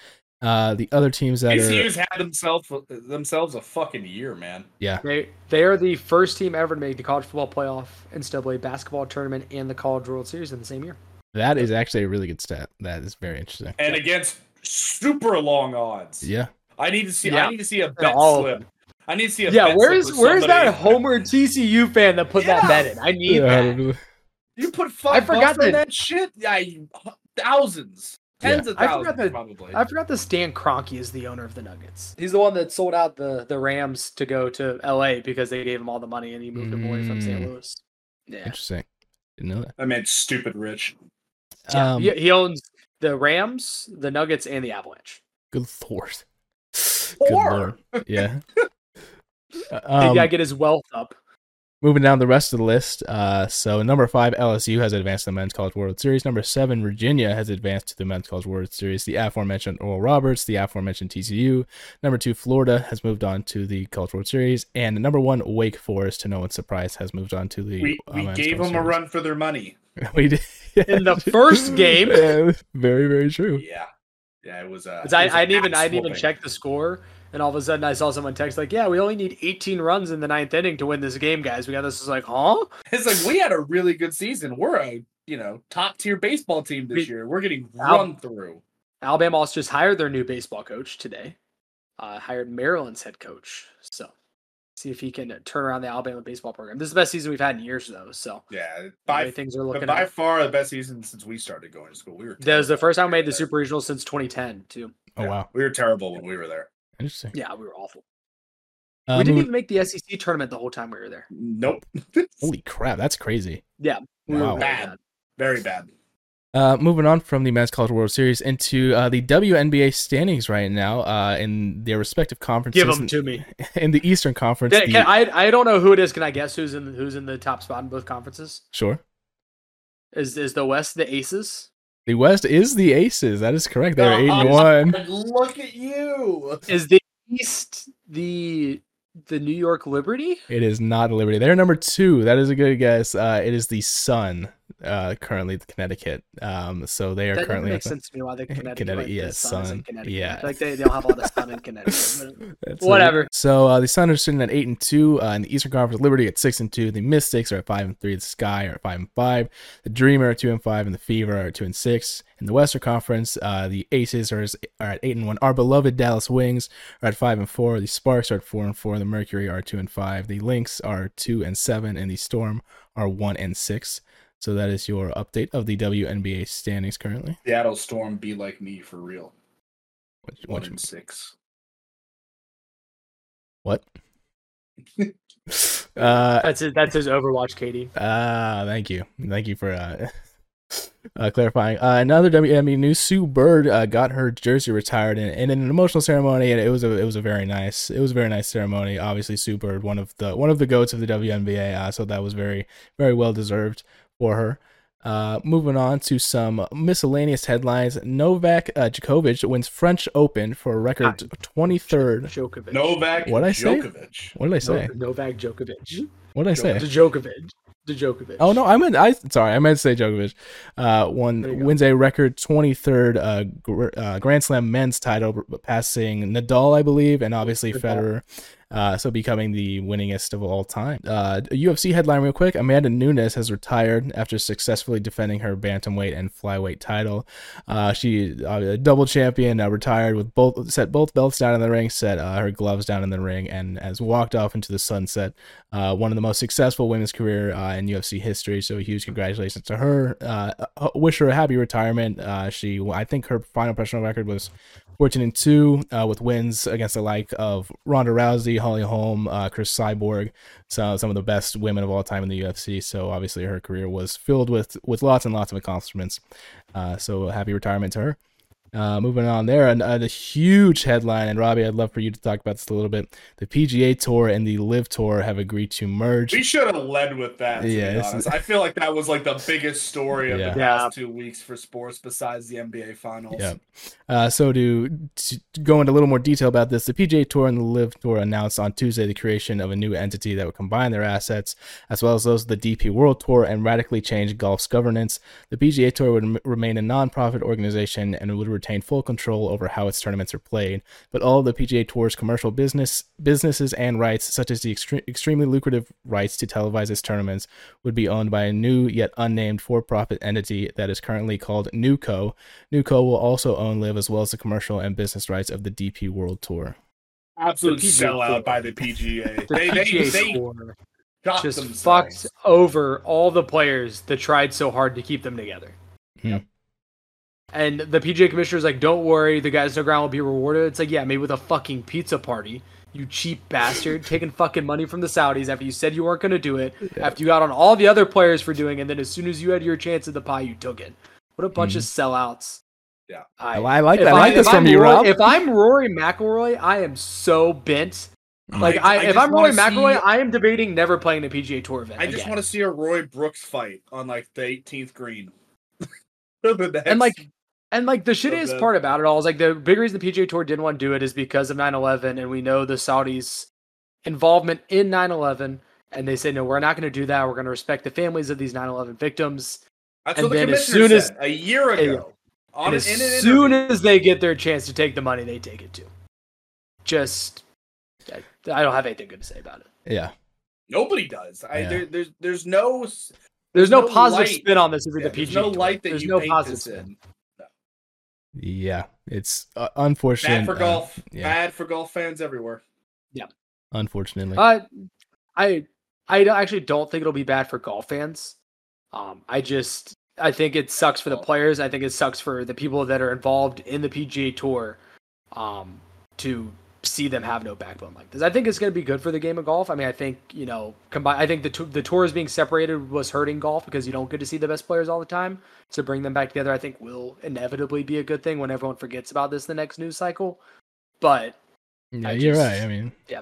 Speaker 3: Uh, the other teams that are
Speaker 2: TCU's had themselves themselves a fucking year, man.
Speaker 3: yeah,
Speaker 1: They they are the first team ever to make the college football playoff, NCAA basketball tournament, and the college World Series in the same year.
Speaker 3: that is actually a really good stat. That is very interesting.
Speaker 2: And against super long odds.
Speaker 3: Yeah,
Speaker 2: I need to see. I
Speaker 1: Yeah.
Speaker 2: need to see a bet
Speaker 1: all of
Speaker 2: slip.
Speaker 1: them.
Speaker 2: I need to see a
Speaker 1: yeah,
Speaker 2: bet
Speaker 1: where
Speaker 2: slip
Speaker 1: is
Speaker 2: with
Speaker 1: where is
Speaker 2: somebody.
Speaker 1: that Homer TCU fan that put
Speaker 2: Yeah.
Speaker 1: that bet in? I
Speaker 2: E
Speaker 1: need
Speaker 3: Yeah,
Speaker 1: that.
Speaker 2: You put fuck
Speaker 1: I forgot
Speaker 2: bucks on
Speaker 1: that-
Speaker 2: that shit. I thousands,
Speaker 3: Yeah.
Speaker 2: tens of
Speaker 1: I forgot
Speaker 2: thousands,
Speaker 1: that-
Speaker 2: probably.
Speaker 1: I forgot that Stan Kroenke is the owner of the Nuggets. He's the one that sold out the the Rams to go to L.A. because they gave him all the money and he moved them away from St.
Speaker 3: Mm.
Speaker 1: Louis. Yeah,
Speaker 3: interesting. Didn't know that.
Speaker 2: I meant stupid rich.
Speaker 1: yeah.
Speaker 3: Um,
Speaker 1: he, he owns the Rams, the Nuggets, and the Avalanche.
Speaker 3: Good lord. Good
Speaker 2: Four.
Speaker 3: lord. Yeah. Uh,
Speaker 1: Maybe
Speaker 3: um,
Speaker 1: I get his wealth up.
Speaker 3: Moving down the rest of the list, uh, so number five, LSU has advanced to the Men's College World Series. Number seven, Virginia has advanced to the Men's College World Series. The aforementioned Oral Roberts, the aforementioned TCU. Number two, Florida has moved on to the College World Series, and number one, Wake Forest, to no one's surprise, has moved on to the.
Speaker 2: We
Speaker 3: uh,
Speaker 2: we
Speaker 3: Men's
Speaker 2: gave
Speaker 3: College
Speaker 2: them a
Speaker 3: Series.
Speaker 2: run for their money.
Speaker 3: We did
Speaker 1: In the first game.
Speaker 3: Yeah, very very true.
Speaker 2: Yeah, yeah, it was. Uh,
Speaker 1: 'Cause
Speaker 2: it
Speaker 1: I,
Speaker 2: was
Speaker 1: I
Speaker 2: an
Speaker 1: didn't even
Speaker 2: ass
Speaker 1: I didn't even
Speaker 2: whooping.
Speaker 1: check the score, and all of a sudden I saw someone text like, "Yeah, we only need 18 runs in the ninth inning to win this game, guys. We got this." Is like, huh?
Speaker 2: It's like we had a really good season. We're a you know top tier baseball team this
Speaker 1: We-
Speaker 2: year. We're getting
Speaker 1: Al-
Speaker 2: run through.
Speaker 1: Alabama also just hired their new baseball coach today. Uh, hired Maryland's head coach. So see if he can turn around the Alabama baseball program. This is the best season we've had in years, though. So
Speaker 2: Yeah,
Speaker 1: the way
Speaker 2: by
Speaker 1: things are
Speaker 2: but
Speaker 1: looking.
Speaker 2: by
Speaker 1: up.
Speaker 2: far the best season since we started going to school. We were
Speaker 1: That was the
Speaker 2: terrible.
Speaker 1: first time we made the Super Regional since 2010, too.
Speaker 3: Oh
Speaker 2: Yeah,
Speaker 3: wow,
Speaker 2: we were terrible when we were there.
Speaker 3: interesting.
Speaker 1: Yeah, we were awful.
Speaker 3: Uh,
Speaker 1: we didn't
Speaker 3: moving-
Speaker 1: even make the SEC tournament the whole time we were there.
Speaker 2: Nope,
Speaker 3: Holy crap, that's crazy.
Speaker 1: We were
Speaker 3: Wow.
Speaker 1: really
Speaker 2: Bad. very bad.
Speaker 3: Uh, moving on from the Men's College World Series into uh, the WNBA standings right now uh, in their respective conferences.
Speaker 1: Give them to me.
Speaker 3: In the Eastern Conference.
Speaker 1: Can-
Speaker 3: the-
Speaker 1: can- I I don't know who it is. Can I guess who's in who's in the top spot in both conferences?
Speaker 3: sure.
Speaker 1: Is is the West the Aces?
Speaker 3: The West is the Aces. That is correct. They're
Speaker 2: Uh,
Speaker 3: 8 and
Speaker 2: uh,
Speaker 3: 1.
Speaker 2: Look at you.
Speaker 1: Is the East the the New York Liberty?
Speaker 3: It is not the Liberty. They're number two. That is a good guess. Uh, it is the Sun, uh, currently the Connecticut. Um, so they
Speaker 1: that
Speaker 3: are
Speaker 1: doesn't
Speaker 3: currently.
Speaker 1: make sense to me why they Connecticut.
Speaker 3: Connecticut,
Speaker 1: like, the
Speaker 3: yes,
Speaker 1: sun is in
Speaker 3: son.
Speaker 1: Connecticut.
Speaker 3: Yeah.
Speaker 1: I feel like they they don't have all the sun in Connecticut. but-
Speaker 3: That's
Speaker 1: Whatever.
Speaker 3: it. So uh, the Sun are sitting at eight and two uh, in the Eastern Conference. Liberty at six and two. The Mystics are at five and three. The Sky are at five and five. The Dreamer are two and five, and the Fever are at two and six. In the Western Conference, uh, the Aces are, are at eight and one. Our beloved Dallas Wings are at five and four. The Sparks are at four and four. The Mercury are two and five. The Lynx are two and seven, and the Storm are one and six. So that is your update of the WNBA standings currently.
Speaker 2: Seattle Storm be like me for real.
Speaker 3: What?
Speaker 2: One
Speaker 3: What?
Speaker 2: and six.
Speaker 3: what? uh,
Speaker 1: That's his, that's his Overwatch, Katie.
Speaker 3: Ah, thank you, thank you for uh, uh, clarifying. Uh, another WME news: Sue Bird uh, got her jersey retired in, in an emotional ceremony, and it was a it was a very nice it was a very nice ceremony. Obviously, Sue Bird, one of the one of the goats of the WNBA, uh, so that was very very well deserved for her. Uh, moving on to some miscellaneous headlines. Novak uh, Djokovic wins French Open for a record 23rd.
Speaker 1: Djokovic.
Speaker 2: Novak
Speaker 3: What'd I say?
Speaker 2: Djokovic.
Speaker 3: What did I
Speaker 1: No-
Speaker 3: say?
Speaker 1: Novak Djokovic.
Speaker 3: What did I say?
Speaker 1: Djokovic. Djokovic.
Speaker 3: Oh no, I meant I sorry, I meant to say Djokovic. Uh,
Speaker 1: There you
Speaker 3: won
Speaker 1: go.
Speaker 3: wins a record 23rd uh, gr- uh, Grand Slam men's title, b- passing Nadal, I believe, and obviously
Speaker 1: Nadal.
Speaker 3: Federer. Uh, so becoming the winningest of all time. Uh, a UFC headline, real quick: Amanda Nunes has retired after successfully defending her bantamweight and flyweight title. Uh, she uh, a double champion, uh, retired with both set both belts down in the ring, set uh, her gloves down in the ring, and has walked off into the sunset. Uh, one of the most successful women's career uh, in UFC history. So huge congratulations to her. Uh, uh, wish her a happy retirement. Uh, she, I think her final professional record was 14 and 2 uh, with wins against the like of Ronda Rousey, Holly Holm, uh, Chris Cyborg, so some of the best women of all time in the UFC. So obviously her career was filled with with lots and lots of accomplishments. Uh, so happy retirement to her. Uh, moving on there, and, and a huge headline. And Robbie, I'd love for you to talk about this a little bit. The PGA Tour and the Live Tour have agreed to merge.
Speaker 2: We should have led with that. To
Speaker 3: Yeah,
Speaker 2: yeah, be
Speaker 3: this is-
Speaker 2: honest. I feel like that was like the biggest story of
Speaker 3: Yeah.
Speaker 2: the
Speaker 1: Yeah.
Speaker 2: past two weeks for sports, besides the NBA finals.
Speaker 3: Yeah. Uh, so to, to go into a little more detail about this, the PGA Tour and the Live Tour announced on Tuesday the creation of a new entity that would combine their assets as well as those of the DP World Tour and radically change golf's governance. The PGA Tour would m- remain a non-profit organization and would retain full control over how its tournaments are played, but all of the PGA Tour's commercial business businesses and rights, such as the extre- extremely lucrative rights to televise its tournaments, would be owned by a new yet unnamed for-profit entity that is currently called Newco. Newco will also own Live as well as the commercial and business rights of the DP World Tour.
Speaker 2: Absolute
Speaker 1: The PGA
Speaker 2: sellout
Speaker 1: Tour.
Speaker 2: by the PGA.
Speaker 1: The
Speaker 2: they, they,
Speaker 1: PGA
Speaker 2: they
Speaker 1: Tour
Speaker 2: shot
Speaker 1: just
Speaker 2: themselves.
Speaker 1: fucked over all the players that tried so hard to keep them together.
Speaker 3: Hmm. Yep.
Speaker 1: And the PGA commissioner's like, "Don't worry, the guys on the ground will be rewarded." It's like, yeah, maybe with a fucking pizza party, you cheap bastard, taking fucking money from the Saudis after you said you weren't going to do it, after you got on all the other players for doing, it, and then as soon as you had your chance at the pie, you took it. What a bunch of sellouts!
Speaker 2: Yeah.
Speaker 1: I,
Speaker 3: I like
Speaker 1: if
Speaker 3: that. I like
Speaker 1: if
Speaker 3: this from
Speaker 1: I'm
Speaker 3: you,
Speaker 1: Rory-
Speaker 3: Rob.
Speaker 1: If I'm Rory McIlroy, I am so bent. Like,
Speaker 2: Oh, I-
Speaker 1: I,
Speaker 2: I
Speaker 1: if
Speaker 2: just
Speaker 1: I'm Rory
Speaker 2: wanna see-
Speaker 1: McIlroy, I am debating never playing a PGA Tour event.
Speaker 2: I just
Speaker 1: again.
Speaker 2: want to see a Roy Brooks fight on like the 18th green. The next-
Speaker 1: and like and like the shittiest
Speaker 2: that.
Speaker 1: part about it all is like the big reason the PGA Tour didn't want to do it is because of 9/11 and we know the Saudis involvement in 9/11 and they said no we're not going to do that we're going to respect the families of these 9/11 victims
Speaker 2: that's
Speaker 1: and
Speaker 2: what the
Speaker 1: then as soon
Speaker 2: commissioner said a year ago. On
Speaker 1: and
Speaker 2: an,
Speaker 1: as
Speaker 2: in an
Speaker 1: soon
Speaker 2: interview.
Speaker 1: as they get their chance to take the money they take it too just I, I don't have anything good to say about it
Speaker 3: Yeah.
Speaker 2: nobody does. I,
Speaker 3: Yeah.
Speaker 2: there, there's there's no s-
Speaker 1: there's no,
Speaker 2: no
Speaker 1: positive
Speaker 2: light.
Speaker 1: spin on this if you're
Speaker 2: yeah,
Speaker 1: the PGA
Speaker 2: there's no
Speaker 1: Tour.
Speaker 2: light that
Speaker 1: there's
Speaker 2: you
Speaker 1: no
Speaker 2: paint
Speaker 1: positive
Speaker 2: this
Speaker 1: spin.
Speaker 2: in.
Speaker 3: Yeah. It's uh, unfortunate.
Speaker 2: Bad for
Speaker 3: uh,
Speaker 2: golf.
Speaker 3: yeah.
Speaker 2: Bad for golf fans everywhere.
Speaker 3: unfortunately.
Speaker 1: Uh, I I don't- actually don't think it'll be bad for golf fans. Um, I just I think it sucks for the
Speaker 2: Well-
Speaker 1: players. I think it sucks for the people that are involved in the PGA Tour. Um, to see them have no backbone like this, I think it's going to be good for the game of golf. I mean, I think you know, combine. I think the tou- the tours being separated was hurting golf because you don't get to see the best players all the time. So bring them back together, I think, will inevitably be a good thing when everyone forgets about this in the next news cycle. But
Speaker 3: Yeah,
Speaker 1: I
Speaker 3: you're
Speaker 1: just-
Speaker 3: right. I mean,
Speaker 1: yeah.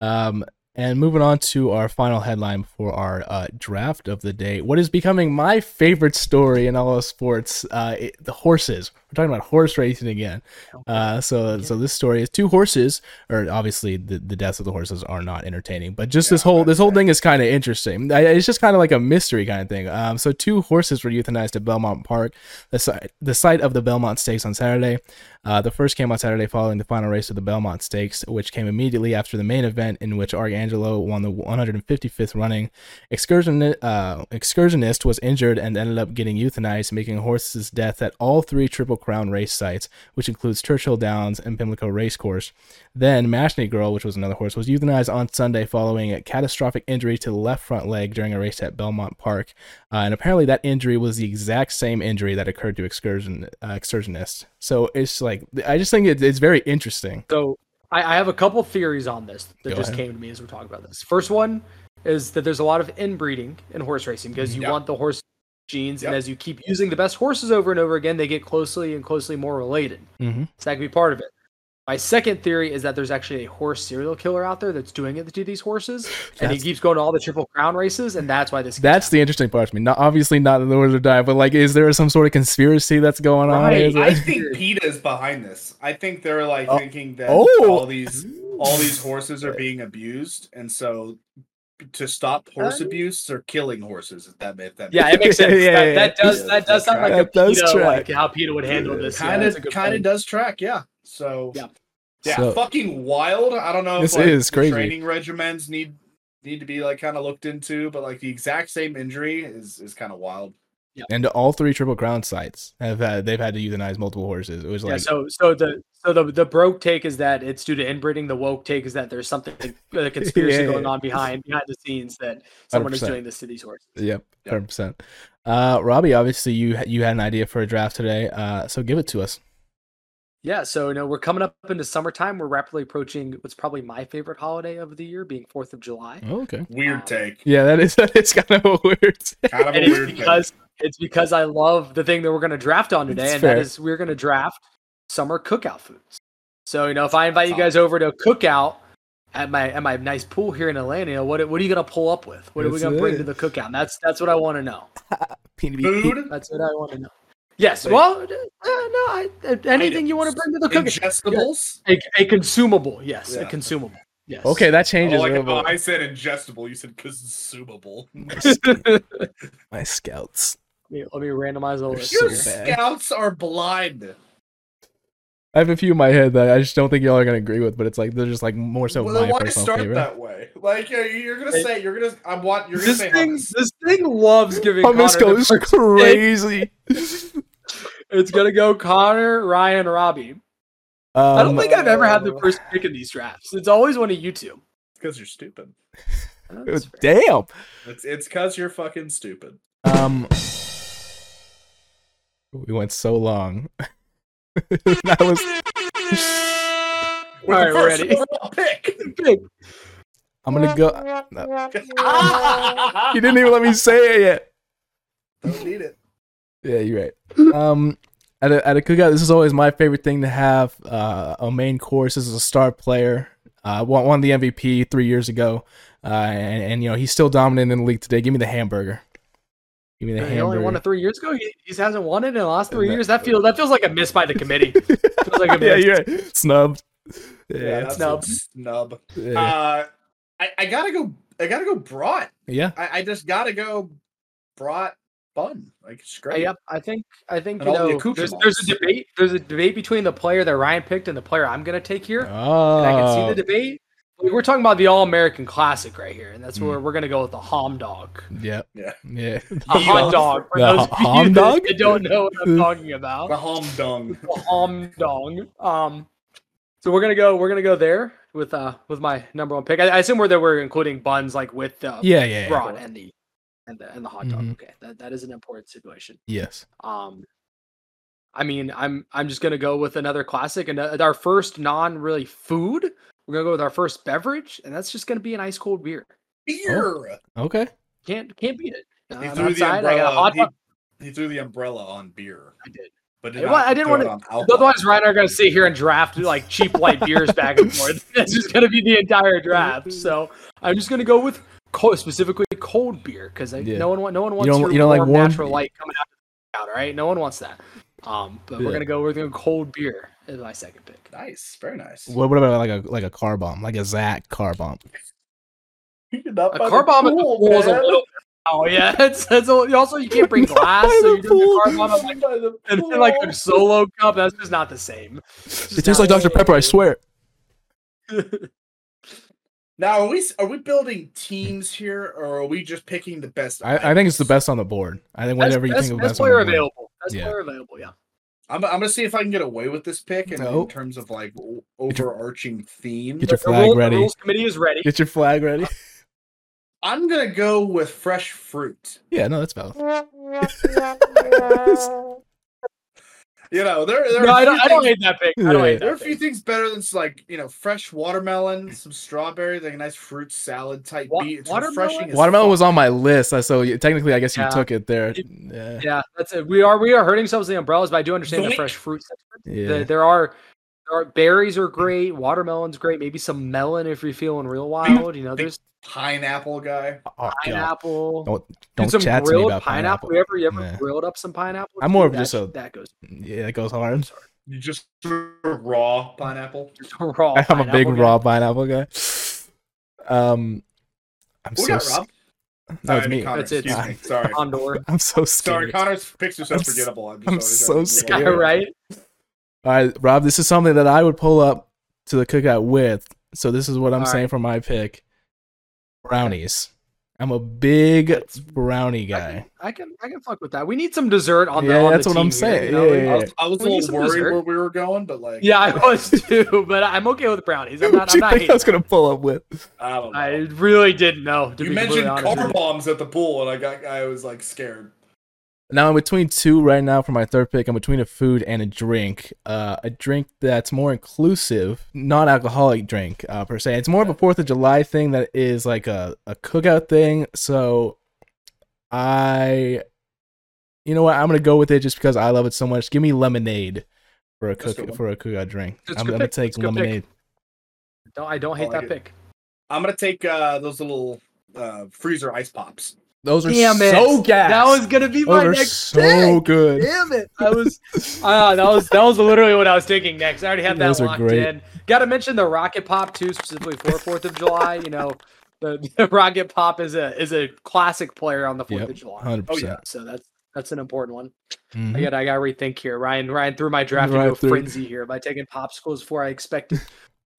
Speaker 3: Um, and moving on to our final headline for our uh, draft of the day, what is becoming my favorite story in all of sports? Uh, it, the horses. We're talking about horse racing again. Uh, so, so this story is two horses, or obviously the, the deaths of the horses are not entertaining, but just this
Speaker 2: Yeah,
Speaker 3: whole this whole
Speaker 2: right.
Speaker 3: thing is kind of interesting. I- It's just kind of like a mystery kind of thing. Um, so two horses were euthanized at Belmont Park, the site the site of the Belmont Stakes on Saturday. Uh, the first came on Saturday following the final race of the Belmont Stakes, which came immediately after the main event in which Arcangelo won the 155th running. Excursion, uh, excursionist was injured and ended up getting euthanized, making horse's death at all three Triple Crown race sites, which includes Churchill Downs and Pimlico Racecourse. Then Mashney Girl, which was another horse, was euthanized on Sunday following a catastrophic injury to the left front leg during a race at Belmont Park, uh, and apparently that injury was the exact same injury that occurred to excursion uh, excursionist. So it's like I just think it, it's very interesting.
Speaker 1: So I, I have a couple theories on this that
Speaker 3: Go
Speaker 1: just
Speaker 3: ahead.
Speaker 1: came to me as we're talking about this. First one is that there's a lot of inbreeding in horse racing because you
Speaker 2: Yeah.
Speaker 1: want the horse genes, and
Speaker 2: Yep.
Speaker 1: as you keep using the best horses over and over again, they get closely and closely more related.
Speaker 3: Mm-hmm.
Speaker 1: So that could be part of it. My second theory is that there's actually a horse serial killer out there that's doing it to these horses, and he
Speaker 3: That's-
Speaker 1: keeps going to all the triple crown races, and that's why this. keeps
Speaker 3: That's
Speaker 1: happening.
Speaker 3: the interesting part to me. Not obviously not in the order to die, but like, is there some sort of conspiracy that's going on?
Speaker 1: Right,
Speaker 3: Is it-
Speaker 2: I think PETA is behind this. I think they're like
Speaker 1: Uh,
Speaker 3: Oh.
Speaker 2: thinking that
Speaker 3: Oh.
Speaker 2: all these all these horses are being abused, and so to stop horse abuse, they're killing horses. If that, if that
Speaker 1: yeah, it makes sense.
Speaker 3: Yeah,
Speaker 1: that,
Speaker 3: yeah,
Speaker 1: that
Speaker 3: yeah.
Speaker 1: does
Speaker 2: Yeah,
Speaker 1: that does
Speaker 2: that's
Speaker 1: sound like
Speaker 2: right.
Speaker 1: a
Speaker 3: That does
Speaker 1: PETA, like
Speaker 3: track.
Speaker 1: how PETA would handle this. Yeah,
Speaker 2: kind
Speaker 1: that's
Speaker 2: of
Speaker 1: a good
Speaker 2: kind of
Speaker 1: point.
Speaker 2: does track. Yeah, so
Speaker 1: Yeah.
Speaker 2: yeah,
Speaker 3: So-
Speaker 2: fucking wild. I don't know.
Speaker 3: This is
Speaker 2: the
Speaker 3: crazy.
Speaker 2: Training regimens need need to be like kind of looked into, but like the exact same injury is is kind of wild.
Speaker 3: and all three triple crown sites have had, they've had to euthanize multiple horses. It was
Speaker 1: Yeah.
Speaker 3: like
Speaker 1: So, so the so the the broke take is that it's due to inbreeding. The woke take is that there's something a conspiracy
Speaker 3: yeah,
Speaker 1: going
Speaker 3: yeah.
Speaker 1: on behind behind the scenes that someone is
Speaker 3: 100%.
Speaker 1: doing this to these horses.
Speaker 3: Yep,
Speaker 2: Yeah.
Speaker 3: hundred percent. Uh, Robbie, obviously you you had an idea for a draft today, uh, so give it to us.
Speaker 1: Yeah, so you know we're coming up into summertime. We're rapidly approaching what's probably my favorite holiday of the year, being Fourth of July.
Speaker 3: Oh, okay.
Speaker 2: Weird take.
Speaker 3: Yeah, that is that is kind of a weird.
Speaker 2: Kind of a
Speaker 1: And it's
Speaker 2: weird take.
Speaker 1: because it's because I love the thing that we're going to draft on today,
Speaker 3: It's
Speaker 1: and
Speaker 3: fair.
Speaker 1: that is we're going to draft summer cookout foods. So you know, if I invite you
Speaker 2: Solid.
Speaker 1: guys over to a cookout at my at my nice pool here in Atlanta, you know, what what are you going to pull up with? What are we
Speaker 3: That's
Speaker 1: going to bring
Speaker 3: it.
Speaker 1: to the cookout? And that's that's what I want to know.
Speaker 2: Food,
Speaker 1: That's what I want to know. Yes.
Speaker 2: Like-
Speaker 1: Well, uh, no, I, uh, anything you want to
Speaker 2: Items.
Speaker 1: bring to the cookout.
Speaker 2: ingestibles.
Speaker 1: A, a consumable, yes, a
Speaker 2: Yeah.
Speaker 1: consumable, yes.
Speaker 3: Okay, that changes.
Speaker 2: Oh, like,
Speaker 3: a
Speaker 2: oh,
Speaker 3: little bit.
Speaker 2: I said ingestible. You said consumable.
Speaker 3: My scouts.
Speaker 1: Let me, let me randomize the list.
Speaker 3: so
Speaker 2: Your
Speaker 1: here.
Speaker 3: bad.
Speaker 2: scouts are blind.
Speaker 3: I have a few in my head that I just don't think y'all are gonna agree with, but it's like they're just like more so
Speaker 2: well, then
Speaker 3: my
Speaker 2: why
Speaker 3: personal
Speaker 2: start
Speaker 3: favorite.
Speaker 2: that way? Like uh, you're gonna
Speaker 1: Hey.
Speaker 2: say you're gonna I'm what you're gonna
Speaker 1: This
Speaker 2: say
Speaker 1: thing,
Speaker 2: hummus.
Speaker 1: this thing loves giving.
Speaker 3: Hummus
Speaker 1: Connor the
Speaker 3: Oh, goes
Speaker 1: first-
Speaker 3: crazy.
Speaker 1: It's gonna go Connor, Ryan, Robbie. I don't
Speaker 3: Um,
Speaker 1: think I've ever had the
Speaker 2: uh,
Speaker 1: first pick in these drafts. It's always one of you two.
Speaker 2: because you're stupid.
Speaker 3: oh,
Speaker 1: That's fair.
Speaker 3: Damn.
Speaker 2: It's it's cause you're fucking stupid.
Speaker 3: Um, we went so long. that was
Speaker 2: With
Speaker 1: All
Speaker 2: the
Speaker 1: right,
Speaker 2: first
Speaker 1: ready.
Speaker 2: overall pick.
Speaker 1: Pick.
Speaker 3: I'm gonna go. You
Speaker 2: you
Speaker 3: didn't even let me say it yet.
Speaker 2: don't need it.
Speaker 3: Yeah, you're right. Um, at a, at a cookout, this is always my favorite thing to have. Uh, a main course. This is a star player. Uh, won, won the MVP three years ago, uh, and, and you know he's still dominant in the league today. Give me the hamburger. Give me the
Speaker 1: He
Speaker 3: hamburger.
Speaker 1: only won it three years ago. He, he hasn't won it in the last three
Speaker 3: That-
Speaker 1: years. That feels that feels like a miss by the committee. feels like a
Speaker 3: yeah,
Speaker 1: miss.
Speaker 3: you're right. snubbed. Yeah,
Speaker 2: Yeah, that's
Speaker 1: snub.
Speaker 2: snub. snub.
Speaker 3: yeah.
Speaker 2: Uh I, I gotta go I gotta go brought.
Speaker 3: yeah.
Speaker 2: I, I just gotta go brought bun. Like it's
Speaker 1: Uh,
Speaker 2: great.
Speaker 1: yep, I think I think
Speaker 2: And
Speaker 1: you
Speaker 2: all the
Speaker 1: know, there's, there's a
Speaker 2: accoutrements.
Speaker 1: debate. There's a debate between the player that Ryan picked and the player I'm gonna take here.
Speaker 3: Oh,
Speaker 1: and I can see the debate. Like, We're talking about the All American Classic right here, and that's
Speaker 3: Hmm.
Speaker 1: where we're gonna go with the hom dog,
Speaker 3: Oh. Yep.
Speaker 2: Yeah.
Speaker 3: Yeah.
Speaker 1: the hot
Speaker 2: Dog.
Speaker 1: dog. For
Speaker 3: The
Speaker 1: those of you
Speaker 3: hom
Speaker 1: that-
Speaker 3: dog?
Speaker 1: that don't know what I'm talking
Speaker 2: The
Speaker 1: about,
Speaker 2: hom dung.
Speaker 1: the hom dog. Um, so we're gonna go. We're gonna go there with uh with my number one pick. I, I assume we're that we're including buns like with the
Speaker 3: Yeah. Yeah. yeah.
Speaker 1: brawn and the and the and the hot dog.
Speaker 3: Mhm.
Speaker 1: Okay, that, that is an important situation.
Speaker 3: Yes.
Speaker 1: Um, I mean, I'm I'm just gonna go with another classic and uh, our first non really food. We're gonna go with our first beverage, and that's just gonna be an ice cold beer.
Speaker 2: Beer.
Speaker 3: Okay.
Speaker 1: Can't can't beat it. Uh,
Speaker 2: He
Speaker 1: I'm
Speaker 2: threw the
Speaker 1: outside, I got a
Speaker 2: umbrella.
Speaker 1: hot dog.
Speaker 2: He, he threw the umbrella on beer,
Speaker 1: I did.
Speaker 2: but did
Speaker 1: Well,
Speaker 2: not
Speaker 1: I didn't
Speaker 2: throw
Speaker 1: wanna-
Speaker 2: it on alcohol.
Speaker 1: Otherwise, Ryan are gonna sit here and draft like cheap light beers back and forth. That's just gonna be the entire draft. So I'm just gonna go with cold, specifically cold beer because
Speaker 3: Yeah.
Speaker 1: no one wa- no one wants
Speaker 3: don't-
Speaker 1: your
Speaker 3: you don't like
Speaker 1: warm,
Speaker 3: warm-
Speaker 1: natural light coming out. All right, no one wants that. Um, but
Speaker 3: Yeah.
Speaker 1: we're gonna go with a cold beer as my second pick.
Speaker 2: nice, very nice.
Speaker 3: What, what about like a like a car bomb, like a Zach car bomb?
Speaker 1: A car bomb at the pool is a little. Oh yeah, it's, it's a, also you can't bring glass, so you're doing a car bomb at, like, and then, like a solo cup. That's just not the same. It's just
Speaker 3: It
Speaker 1: not
Speaker 3: tastes like
Speaker 1: the
Speaker 3: Dr
Speaker 1: same.
Speaker 3: Pepper, I swear.
Speaker 2: Now, are we s- are we building teams here, or are we just picking the best?
Speaker 3: I, I think it's the best on the board. I think
Speaker 1: Best-
Speaker 3: whatever you
Speaker 1: best-
Speaker 3: think of
Speaker 1: best
Speaker 3: best on the
Speaker 1: player
Speaker 3: board.
Speaker 1: available. Best
Speaker 3: Yeah.
Speaker 1: player available. Yeah.
Speaker 2: I'm, I'm gonna see if I can get away with this pick in,
Speaker 3: No.
Speaker 2: in terms of like o- overarching theme.
Speaker 3: Get your
Speaker 1: The,
Speaker 3: flag
Speaker 1: rule- the
Speaker 3: ready.
Speaker 1: rules committee is ready.
Speaker 3: Get your flag ready.
Speaker 2: I'm gonna go with fresh fruit.
Speaker 3: Yeah, no, that's valid.
Speaker 2: You know, there there
Speaker 1: No,
Speaker 2: are
Speaker 1: I
Speaker 2: a few
Speaker 1: don't. I don't
Speaker 2: things-
Speaker 1: hate that pick. I don't hate
Speaker 2: there are a
Speaker 1: that.
Speaker 2: few
Speaker 1: Pick.
Speaker 2: things better than s- like you know fresh watermelon, some strawberries, like a nice fruit salad type
Speaker 1: Wa-
Speaker 2: beat. It's
Speaker 1: watermelon?
Speaker 2: refreshing. as
Speaker 3: Watermelon
Speaker 2: fuck.
Speaker 3: was on my list, I- so you- technically, I guess you
Speaker 1: Yeah.
Speaker 3: took it there.
Speaker 1: It-
Speaker 3: Yeah.
Speaker 1: Yeah, that's it. We are we are hurting ourselves in the umbrellas, but I do understand
Speaker 2: Zoink.
Speaker 1: the fresh fruit.
Speaker 3: Yeah.
Speaker 1: The, there are. There are, berries are great. Watermelon's great. Maybe some melon if you're feeling real wild. You know, there's
Speaker 2: pineapple guy.
Speaker 3: Oh, God.
Speaker 1: pineapple.
Speaker 3: Don't
Speaker 1: Dude,
Speaker 3: don't chat to me
Speaker 1: grilled
Speaker 3: about pineapple.
Speaker 1: You ever, you ever
Speaker 3: Yeah.
Speaker 1: grilled up some pineapple?
Speaker 3: I'm more of
Speaker 1: That-
Speaker 3: just a-
Speaker 1: that goes
Speaker 3: Yeah, it goes hard.
Speaker 2: You just raw pineapple.
Speaker 1: just raw.
Speaker 3: I'm a big
Speaker 1: pineapple,
Speaker 3: raw pineapple guy. Um, I'm
Speaker 2: Who
Speaker 3: so
Speaker 2: got
Speaker 3: s-
Speaker 2: Rob?
Speaker 3: no,
Speaker 2: Sorry,
Speaker 3: it's
Speaker 2: I mean,
Speaker 3: me.
Speaker 2: Connor,
Speaker 1: That's it.
Speaker 2: Excuse me. Sorry.
Speaker 1: Condor.
Speaker 3: I'm so
Speaker 2: Sorry,
Speaker 3: scared.
Speaker 2: Connor's picks are so
Speaker 3: I'm s-
Speaker 2: forgettable. I'm,
Speaker 3: I'm
Speaker 2: just
Speaker 3: so
Speaker 2: always trying
Speaker 1: Yeah,
Speaker 2: to move on.
Speaker 1: right.
Speaker 3: All right, Rob, this is something that I would pull up to the cookout with. So this is what I'm
Speaker 1: All
Speaker 3: saying for my pick: brownies. I'm a big brownie
Speaker 1: I
Speaker 3: guy.
Speaker 1: can, I can I can fuck with that. We need some dessert on the.
Speaker 3: Yeah,
Speaker 1: on
Speaker 3: that's
Speaker 1: the
Speaker 3: what I'm
Speaker 1: team here,
Speaker 3: saying.
Speaker 1: you know?
Speaker 3: Yeah, yeah,
Speaker 2: I
Speaker 3: yeah.
Speaker 2: was, I was a
Speaker 1: We need
Speaker 2: little
Speaker 1: some
Speaker 2: worried
Speaker 1: dessert.
Speaker 2: where we were going, but like,
Speaker 1: Yeah, I was too, but I'm okay with brownies. I'm
Speaker 3: What
Speaker 1: not. I'm
Speaker 3: do you
Speaker 1: not
Speaker 3: think I
Speaker 1: hating.
Speaker 3: was gonna pull up with?
Speaker 2: I don't know.
Speaker 1: I really didn't know. To
Speaker 2: you
Speaker 1: be completely
Speaker 2: mentioned
Speaker 1: honest with
Speaker 2: car
Speaker 1: you.
Speaker 2: bombs at the pool, and I got I was like scared.
Speaker 3: Now I'm between two right now for my third pick. I'm between a food and a drink. Uh, a drink that's more inclusive, non-alcoholic drink uh, per se. It's more of a Fourth of July thing that is like a a cookout thing. So I, you know what? I'm gonna go with it just because I love it so much. Give me lemonade for a
Speaker 2: That's a good
Speaker 3: cook
Speaker 2: one.
Speaker 3: for a cookout drink.
Speaker 1: That's a
Speaker 3: I'm
Speaker 1: good
Speaker 3: gonna
Speaker 1: pick.
Speaker 3: take
Speaker 1: That's a good pick.
Speaker 3: lemonade.
Speaker 1: No, I don't
Speaker 2: I
Speaker 1: hate
Speaker 2: like
Speaker 1: that
Speaker 2: it.
Speaker 1: pick.
Speaker 2: I'm gonna take uh, those little uh, freezer ice pops.
Speaker 3: Those are
Speaker 1: Damn it!
Speaker 3: so gas.
Speaker 1: That was gonna be
Speaker 3: Those
Speaker 1: my
Speaker 3: are
Speaker 1: next
Speaker 3: Oh, so good.
Speaker 1: Damn it! I was uh, that was that was literally what I was thinking next. I already had that
Speaker 3: Those are
Speaker 1: locked
Speaker 3: great.
Speaker 1: in. Got to mention the rocket pop too, specifically for Fourth of July. You know, the, the rocket pop is a is a classic player on the Fourth
Speaker 3: Yep, Mm-hmm.
Speaker 1: of July.
Speaker 3: Hundred
Speaker 2: Oh, yeah.
Speaker 3: percent.
Speaker 1: So that's that's an important one. I got I got to rethink here. Ryan Ryan threw my draft
Speaker 3: Right
Speaker 1: into a
Speaker 3: through.
Speaker 1: frenzy here by taking popsicles before I expected.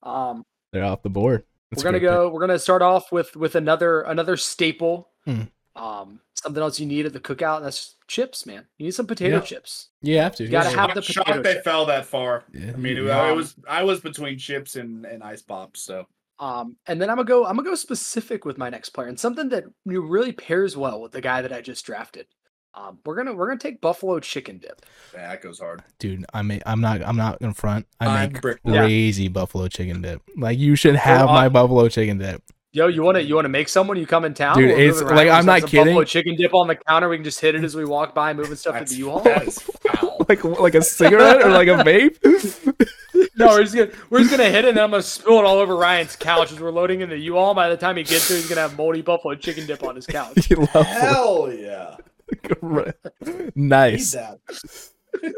Speaker 1: Um,
Speaker 3: They're off the board. That's
Speaker 1: we're
Speaker 3: a
Speaker 1: gonna
Speaker 3: great pick.
Speaker 1: go. We're gonna start off with with another another staple.
Speaker 3: Mm.
Speaker 1: Um, something else you need at the cookout. And that's chips, man. You need some potato
Speaker 3: Yeah.
Speaker 1: chips.
Speaker 3: You have to.
Speaker 1: You gotta
Speaker 3: yeah.
Speaker 1: have the
Speaker 2: shocked
Speaker 1: potato Mm-hmm.
Speaker 2: they
Speaker 1: chip.
Speaker 2: fell that far.
Speaker 3: Yeah.
Speaker 2: I mean, it,
Speaker 1: Yeah.
Speaker 2: I was I was between chips and, and ice pops. So
Speaker 1: Um, and then I'm gonna go. I'm gonna go specific with my next player and something that you know, really pairs well with the guy that I just drafted. Um, we're gonna we're gonna take buffalo chicken dip.
Speaker 2: yeah, that goes hard.
Speaker 3: dude. I make. I'm not. I'm not in front. I
Speaker 2: I'm
Speaker 3: make
Speaker 2: brick-
Speaker 1: Yeah.
Speaker 3: crazy buffalo chicken dip. Like you should have my
Speaker 1: on-
Speaker 3: buffalo chicken dip.
Speaker 1: Yo, you wanna you wanna make someone? You come in town,
Speaker 3: Dude,
Speaker 1: We'll move
Speaker 3: it's-
Speaker 1: around,
Speaker 3: like,
Speaker 1: we'll
Speaker 3: I'm
Speaker 1: set
Speaker 3: not
Speaker 1: some Buffalo
Speaker 3: kidding.
Speaker 1: chicken dip on the counter. We can just hit it as we walk by, moving stuff to
Speaker 2: That's-
Speaker 1: the U-Haul.
Speaker 2: that is foul.
Speaker 3: Like like a cigarette or like a vape.
Speaker 1: No, we're just gonna we're just gonna hit it, and I'm gonna spill it all over Ryan's couch as we're loading in the U-Haul. By the time he gets there, he's gonna have moldy buffalo chicken dip on his couch.
Speaker 3: You love
Speaker 2: Hell yeah!
Speaker 3: it.
Speaker 2: Need
Speaker 3: nice.
Speaker 2: that.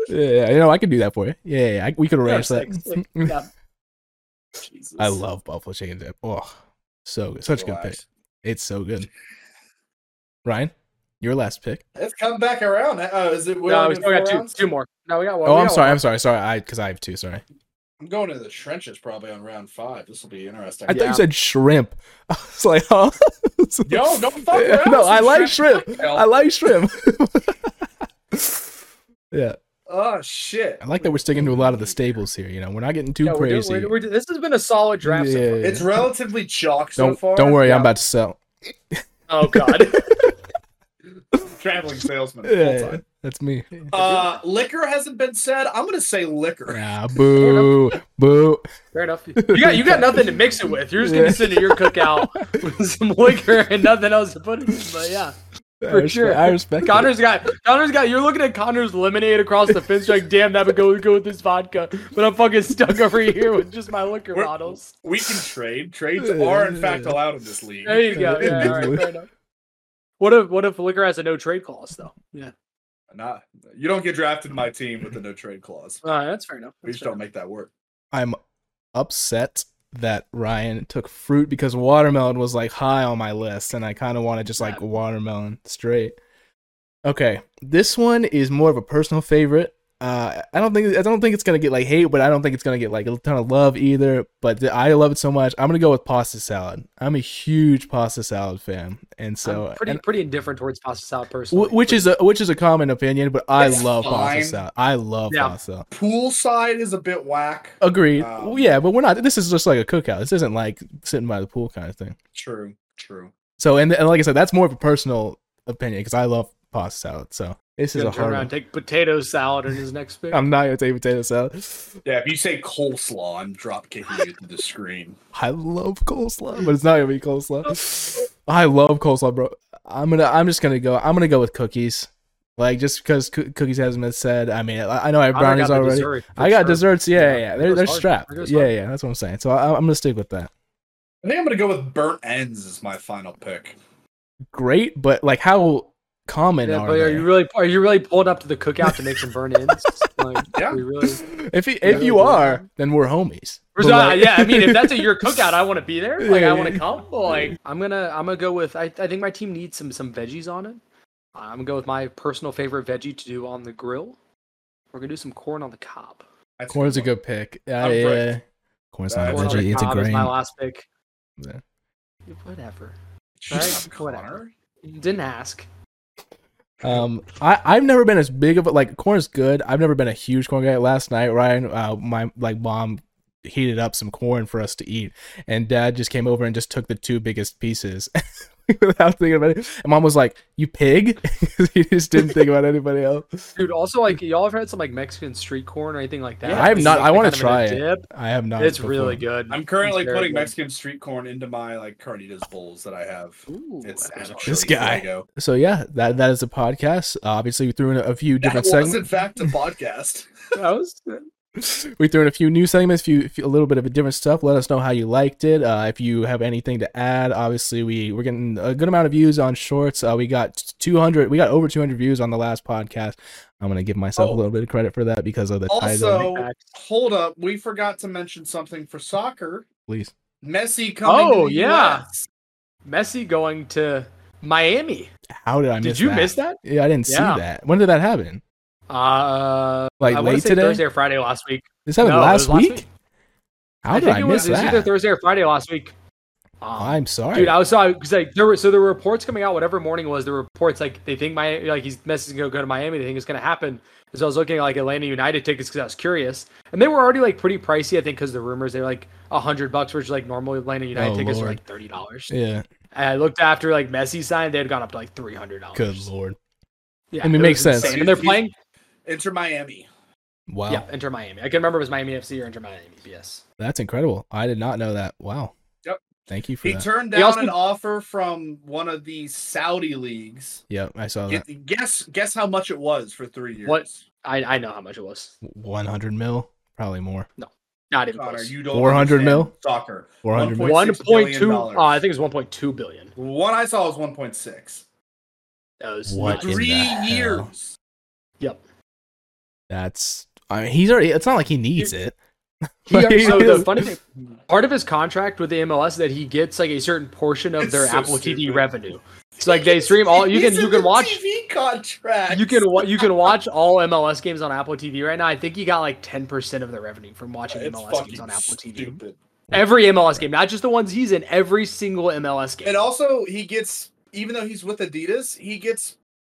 Speaker 3: Yeah, yeah, you know I could do that for you. Yeah, yeah, I, we could arrange
Speaker 1: Yeah,
Speaker 3: that.
Speaker 1: sick, sick. Yeah.
Speaker 2: Jesus.
Speaker 3: I love buffalo chicken dip. Oh, so good. such a good pick.
Speaker 2: Relax.
Speaker 3: It's so good. Ryan, your last pick.
Speaker 2: It's come back around. Oh, is it? we
Speaker 1: No,
Speaker 2: only
Speaker 1: we
Speaker 2: did
Speaker 1: still got
Speaker 2: four
Speaker 1: two,
Speaker 2: rounds?
Speaker 1: two more. No, we got one.
Speaker 3: Oh,
Speaker 1: we
Speaker 3: I'm
Speaker 1: got
Speaker 3: sorry.
Speaker 1: one.
Speaker 3: I'm sorry. Sorry. I because I have two. Sorry.
Speaker 2: I'm going to the trenches probably on round five. This will be interesting.
Speaker 3: I thought
Speaker 1: Yeah.
Speaker 3: you said shrimp. I was like, huh?
Speaker 2: Yo, don't fuck
Speaker 3: Yeah,
Speaker 2: around.
Speaker 3: no,
Speaker 2: with
Speaker 3: I
Speaker 2: some
Speaker 3: like shrimp.
Speaker 2: Hell.
Speaker 3: I like shrimp. yeah,
Speaker 2: oh shit!
Speaker 3: I like that we're sticking to a lot of the staples here. You know, we're not getting too
Speaker 1: Yeah, we're doing-
Speaker 3: crazy.
Speaker 1: we're- we're- this has been a solid draft. So
Speaker 3: Yeah,
Speaker 1: far.
Speaker 3: yeah,
Speaker 2: It's
Speaker 3: yeah.
Speaker 2: relatively chalk so
Speaker 3: don't
Speaker 2: far.
Speaker 3: don't worry. I'm
Speaker 1: Yeah.
Speaker 3: about to sell.
Speaker 1: Oh God.
Speaker 2: Traveling salesman.
Speaker 3: Yeah, yeah,
Speaker 2: full time.
Speaker 3: that's me.
Speaker 2: Uh, liquor hasn't been said. I'm gonna say liquor.
Speaker 3: Nah, boo, boo.
Speaker 1: Fair enough. You got you got nothing to mix it with. You're just gonna
Speaker 3: Yeah.
Speaker 1: be sitting at your cookout with some liquor and nothing else to put it. in. But yeah,
Speaker 3: I
Speaker 1: For
Speaker 3: respe-
Speaker 1: sure.
Speaker 3: I respect. it.
Speaker 1: Connor's got Connor's got. You're looking at Connor's lemonade across the fence. You're like, damn, that would go go with this vodka. But I'm fucking stuck over here with just my liquor
Speaker 2: We're-
Speaker 1: bottles.
Speaker 2: We can trade. Trades are in fact allowed in this league.
Speaker 1: There you go. Yeah, all right, fair enough. What if what if liquor has a no trade clause though? Yeah.
Speaker 2: Not you don't get drafted in my team with a no trade clause.
Speaker 1: All right, that's fair enough.
Speaker 2: We
Speaker 1: That's
Speaker 2: just
Speaker 1: fair
Speaker 2: don't make that work.
Speaker 3: I'm upset that Ryan took fruit because watermelon was like high on my list, and I kind of want to just like watermelon straight. Okay, this one is more of a personal favorite. Uh, I don't think I don't think it's gonna get like hate, but I don't think it's gonna get like a ton of love either. But th- I love it so much. I'm gonna go with pasta salad. I'm a huge pasta salad fan, and so
Speaker 1: I'm pretty
Speaker 3: and-
Speaker 1: pretty indifferent towards pasta salad personally.
Speaker 3: wh- which is a which is a common opinion, but I
Speaker 2: It's
Speaker 3: love
Speaker 2: fine.
Speaker 3: pasta salad. I love
Speaker 1: Yeah.
Speaker 3: pasta salad.
Speaker 2: Poolside is a bit whack.
Speaker 3: Agreed.
Speaker 2: Um,
Speaker 3: Well, yeah, but we're not. This is just like a cookout. This isn't like sitting by the pool kind of thing.
Speaker 2: True. True.
Speaker 3: So, and, and like I said, that's more of a personal opinion because I love pasta salad. So this
Speaker 1: He's
Speaker 3: is a
Speaker 1: gonna turn
Speaker 3: hard
Speaker 1: around, and
Speaker 3: one.
Speaker 1: take potato salad in his next pick.
Speaker 3: I'm not gonna take potato salad.
Speaker 2: Yeah, if you say coleslaw, I'm drop kicking you through the screen.
Speaker 3: I love coleslaw, but it's not gonna be coleslaw. I love coleslaw, bro. I'm gonna. I'm just gonna go. I'm gonna go with cookies. Like just because coo- cookies hasn't been said. I mean, I, I know I have
Speaker 1: Connor
Speaker 3: brownies
Speaker 1: got the
Speaker 3: already.
Speaker 1: dessert, for
Speaker 3: I got
Speaker 1: sure.
Speaker 3: desserts. Yeah,
Speaker 1: Yeah,
Speaker 3: yeah, yeah.
Speaker 1: it
Speaker 3: They're
Speaker 1: goes
Speaker 3: they're
Speaker 1: hard.
Speaker 3: strapped.
Speaker 1: It goes
Speaker 3: Yeah,
Speaker 1: hard.
Speaker 3: yeah. That's what I'm saying. So I, I'm gonna stick with that.
Speaker 2: I think I'm gonna go with burnt ends as my final pick.
Speaker 3: Great, but like how common
Speaker 1: Yeah,
Speaker 3: are
Speaker 1: but
Speaker 3: they?
Speaker 1: are you really are you really pulling up to the cookout to make some burn ins? Like,
Speaker 2: Yeah.
Speaker 1: are we really?
Speaker 3: if you,
Speaker 1: Yeah,
Speaker 3: if you
Speaker 1: we're doing
Speaker 3: are, then we're homies. But,
Speaker 1: So, uh,
Speaker 3: like-
Speaker 1: yeah, I mean, if that's at your cookout, I want to be there. Like,
Speaker 3: Yeah,
Speaker 1: I want
Speaker 3: yeah.
Speaker 1: to come. Like, I'm gonna I'm gonna go with. I, I think my team needs some some veggies on it. I'm gonna go with my personal favorite veggie to do on the grill. We're gonna do some corn on the cob.
Speaker 2: That's
Speaker 3: corn's a good pick. Yeah,
Speaker 2: I'm
Speaker 3: yeah.
Speaker 2: right.
Speaker 3: Corn's not a
Speaker 2: Corn on
Speaker 3: veggie;
Speaker 1: the
Speaker 3: it's a
Speaker 1: cob is my
Speaker 3: grain.
Speaker 1: last pick.
Speaker 3: Yeah.
Speaker 1: Whatever.
Speaker 2: Shut
Speaker 1: Right?
Speaker 2: up, Connor.
Speaker 1: Didn't ask.
Speaker 3: Um, I I've never been as big of a like corn is good. I've never been a huge corn guy. Last night, Ryan, uh, my like mom heated up some corn for us to eat, and Dad just came over and just took the two biggest pieces. without thinking about it. And mom was like, "You pig!" he just didn't think about anybody else.
Speaker 1: Dude, also like y'all ever had some like Mexican street corn or anything like that?
Speaker 3: I have
Speaker 1: It's
Speaker 3: not.
Speaker 1: like
Speaker 3: I
Speaker 1: the
Speaker 3: want
Speaker 1: kind
Speaker 3: to
Speaker 1: of
Speaker 3: try
Speaker 1: in a
Speaker 3: it.
Speaker 1: dip.
Speaker 3: I have not.
Speaker 1: It's
Speaker 3: before.
Speaker 1: really good.
Speaker 2: I'm currently
Speaker 1: It's very
Speaker 2: putting
Speaker 1: good.
Speaker 2: Mexican street corn into my like carnitas bowls that I have.
Speaker 1: Ooh,
Speaker 2: It's
Speaker 1: that's
Speaker 2: as a
Speaker 1: awesome.
Speaker 3: This
Speaker 2: chili
Speaker 3: guy.
Speaker 2: fuego.
Speaker 3: So yeah, that that is a podcast. Uh, obviously, we threw in a few
Speaker 2: That
Speaker 3: different
Speaker 2: was
Speaker 3: segments.
Speaker 2: in fact a podcast.
Speaker 1: That was
Speaker 3: we threw in a few new segments, few, few a little bit of a different stuff. Let us know how you liked it. Uh, if you have anything to add, obviously we we're getting a good amount of views on shorts. Uh, we got 200, we got over 200 views on the last podcast. I'm gonna give myself
Speaker 2: Oh.
Speaker 3: a little bit of credit for that because of the title.
Speaker 2: Also, hold up, we forgot to mention something for soccer.
Speaker 3: Please,
Speaker 2: Messi coming.
Speaker 1: Oh,
Speaker 2: to the
Speaker 1: yeah.
Speaker 2: US.
Speaker 1: Messi going to Miami.
Speaker 3: how did I
Speaker 1: Did
Speaker 3: miss?
Speaker 1: you miss that?
Speaker 3: Yeah, I didn't
Speaker 1: Yeah.
Speaker 3: see that. When did that happen?
Speaker 1: Uh,
Speaker 3: Like
Speaker 1: I wanna
Speaker 3: late
Speaker 1: say
Speaker 3: today?
Speaker 1: Thursday or Friday last week.
Speaker 3: This happened
Speaker 1: No, it
Speaker 3: last,
Speaker 1: was last
Speaker 3: week?
Speaker 1: week.
Speaker 3: How
Speaker 1: I
Speaker 3: did
Speaker 1: think
Speaker 3: I
Speaker 1: it
Speaker 3: miss
Speaker 1: was, it was
Speaker 3: that?
Speaker 1: either Thursday or Friday last week. Um,
Speaker 3: I'm sorry,
Speaker 1: Dude, I was so because like there were so there were reports coming out whatever morning it was the reports like they think my like he's Messi's gonna go to Miami they think it's gonna happen so I was looking at like Atlanta United tickets because I was curious and they were already like pretty pricey I think because the rumors they're like a hundred bucks which like normal Atlanta United
Speaker 3: Oh,
Speaker 1: tickets are
Speaker 3: Lord.
Speaker 1: like thirty dollars
Speaker 3: yeah,
Speaker 1: and I looked after like Messi signed they had gone up to like three hundred
Speaker 3: good
Speaker 1: dollars
Speaker 3: lord,
Speaker 1: yeah
Speaker 3: I mean,
Speaker 1: it
Speaker 3: makes
Speaker 1: was
Speaker 3: sense.
Speaker 1: insane. and they're playing
Speaker 2: Enter Miami.
Speaker 3: wow,
Speaker 1: yeah Enter Miami I can remember it was Miami FC or Enter Miami yes
Speaker 3: that's incredible. I did not know that. Wow,
Speaker 2: Yep.
Speaker 3: thank you for
Speaker 2: He
Speaker 3: that.
Speaker 2: turned
Speaker 1: He
Speaker 2: down
Speaker 1: also-
Speaker 2: an offer from one of the Saudi leagues.
Speaker 3: yep, I saw Oh, that.
Speaker 2: Gu- Guess guess how much it was for three years.
Speaker 1: What? I I know how much it was
Speaker 3: 100 mil, probably more.
Speaker 1: not even
Speaker 2: Connor,
Speaker 1: close
Speaker 2: you don't
Speaker 3: 400
Speaker 2: understand
Speaker 3: mil?
Speaker 2: soccer.
Speaker 3: 400 mil.
Speaker 2: point-
Speaker 1: one point two
Speaker 2: $1.6 billion.
Speaker 1: uh, I think it was one point two billion
Speaker 2: The One I saw was one point six.
Speaker 1: that was
Speaker 3: What
Speaker 1: nuts.
Speaker 3: in
Speaker 2: Three
Speaker 3: the hell?
Speaker 2: years.
Speaker 1: yep.
Speaker 3: That's I mean, he's already. It's not like he needs it.
Speaker 1: He, so the
Speaker 3: Yes.
Speaker 1: funny thing, part of his contract with the MLS is that he gets like a certain portion of
Speaker 2: It's
Speaker 1: their
Speaker 2: so
Speaker 1: Apple TV
Speaker 2: stupid.
Speaker 1: revenue. So like they stream all you
Speaker 2: He's
Speaker 1: can
Speaker 2: in
Speaker 1: you can
Speaker 2: the
Speaker 1: watch
Speaker 2: TV contract.
Speaker 1: you can wa- you can watch all MLS games on Apple TV right now. I think he got like ten percent of the revenue from watching
Speaker 2: It's
Speaker 1: MLS games
Speaker 2: fucking
Speaker 1: on Apple TV.
Speaker 2: stupid.
Speaker 1: Every MLS game, not just the ones he's in. Every single MLS game.
Speaker 2: And also, he gets even though he's with Adidas, he gets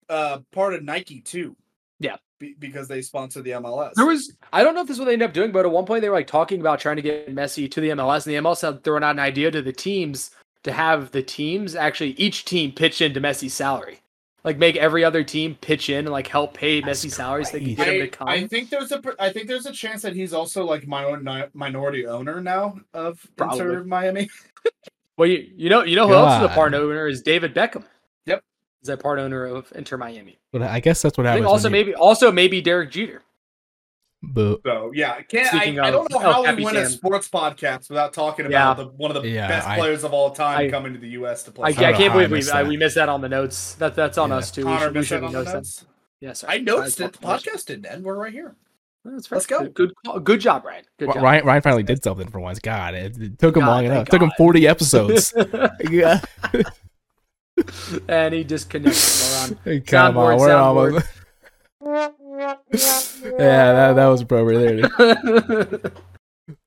Speaker 2: uh part of Nike too.
Speaker 1: Yeah.
Speaker 2: Be- because they sponsor the MLS.
Speaker 1: There was I don't know if this is what they ended up doing, but at one point they were like talking about trying to get Messi to the MLS, and the MLS had thrown out an idea to the teams to have the teams actually each team pitch into Messi's salary. Like make every other team pitch in and like help pay
Speaker 3: That's
Speaker 1: Messi's salary so they can
Speaker 3: crazy.
Speaker 1: get him to
Speaker 2: I,
Speaker 1: come.
Speaker 2: I think there's a pr- I think there's a chance that he's also like my own minority owner now of Inter
Speaker 1: Probably.
Speaker 2: Miami.
Speaker 1: well you, you know you know who else is
Speaker 3: God.
Speaker 1: a part owner is David Beckham.
Speaker 2: Yep.
Speaker 1: Is a part owner of Inter Miami.
Speaker 3: But I guess that's what
Speaker 1: I
Speaker 3: happens.
Speaker 1: think also
Speaker 3: when you-
Speaker 1: maybe also maybe Derek Jeter.
Speaker 3: Boo.
Speaker 2: So yeah, I can't I,
Speaker 1: Speaking
Speaker 2: I
Speaker 1: of-
Speaker 2: don't know
Speaker 1: of
Speaker 2: how we
Speaker 1: Happy
Speaker 2: win a
Speaker 1: Sam.
Speaker 2: sports podcast without talking
Speaker 1: Yeah.
Speaker 2: about the, one of the
Speaker 3: Yeah,
Speaker 2: best
Speaker 3: I-
Speaker 2: players of all time
Speaker 1: I-
Speaker 2: coming to the U.S. to
Speaker 1: I, I
Speaker 2: play.
Speaker 3: don't know
Speaker 1: can't
Speaker 3: how I
Speaker 1: believe we
Speaker 3: missed
Speaker 1: I,
Speaker 3: that.
Speaker 1: we missed that on the notes. That that's on
Speaker 3: Yeah.
Speaker 1: us too. We
Speaker 2: Connor
Speaker 1: should- we
Speaker 2: missed
Speaker 1: should
Speaker 2: out on the
Speaker 1: notice that.
Speaker 2: notes.
Speaker 1: Yeah, sorry.
Speaker 2: I noticed
Speaker 1: Sorry,
Speaker 2: it. The
Speaker 1: apologies.
Speaker 2: podcast didn't end. We're right here.
Speaker 1: That's fair.
Speaker 2: Let's go.
Speaker 1: Good, good, good job, Ryan. Good job.
Speaker 3: Ryan, Ryan finally did something for once. God, it, it took him
Speaker 1: God,
Speaker 3: long
Speaker 1: thank
Speaker 3: enough. It took him
Speaker 1: God.
Speaker 3: 40 episodes. yeah.
Speaker 1: and he disconnected. Moron.
Speaker 3: Hey, Come
Speaker 1: Soundboard,
Speaker 3: on, we're
Speaker 1: soundboard.
Speaker 3: almost. yeah, that, that was appropriate. There it is.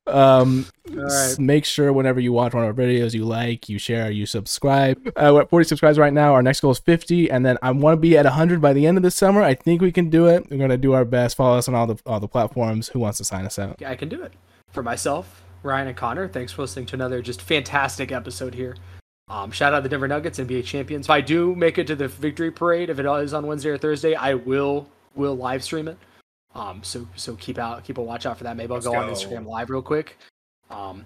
Speaker 3: Um, s-
Speaker 1: right.
Speaker 3: Make sure whenever you watch one of our videos, you like, you share, you subscribe. Uh, we're at 40 subscribers right now. Our next goal is 50, and then I want to be at 100 by the end of this summer. I think we can do it. We're gonna do our best. Follow us on all the all the platforms. Who wants to sign us out?
Speaker 1: Yeah, I can do it. For myself, Ryan and Connor, thanks for listening to another just fantastic episode here. Um, shout out the Denver Nuggets, NBA champions. If I do make it to the victory parade, if it is on Wednesday or Thursday, I will will live stream it. Um, so so keep out, keep a watch out for that. Maybe I'll
Speaker 2: Let's
Speaker 1: go, on
Speaker 2: go.
Speaker 1: Instagram live real quick. Um,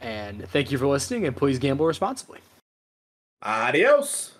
Speaker 1: and thank you for listening, and please gamble responsibly.
Speaker 2: Adios.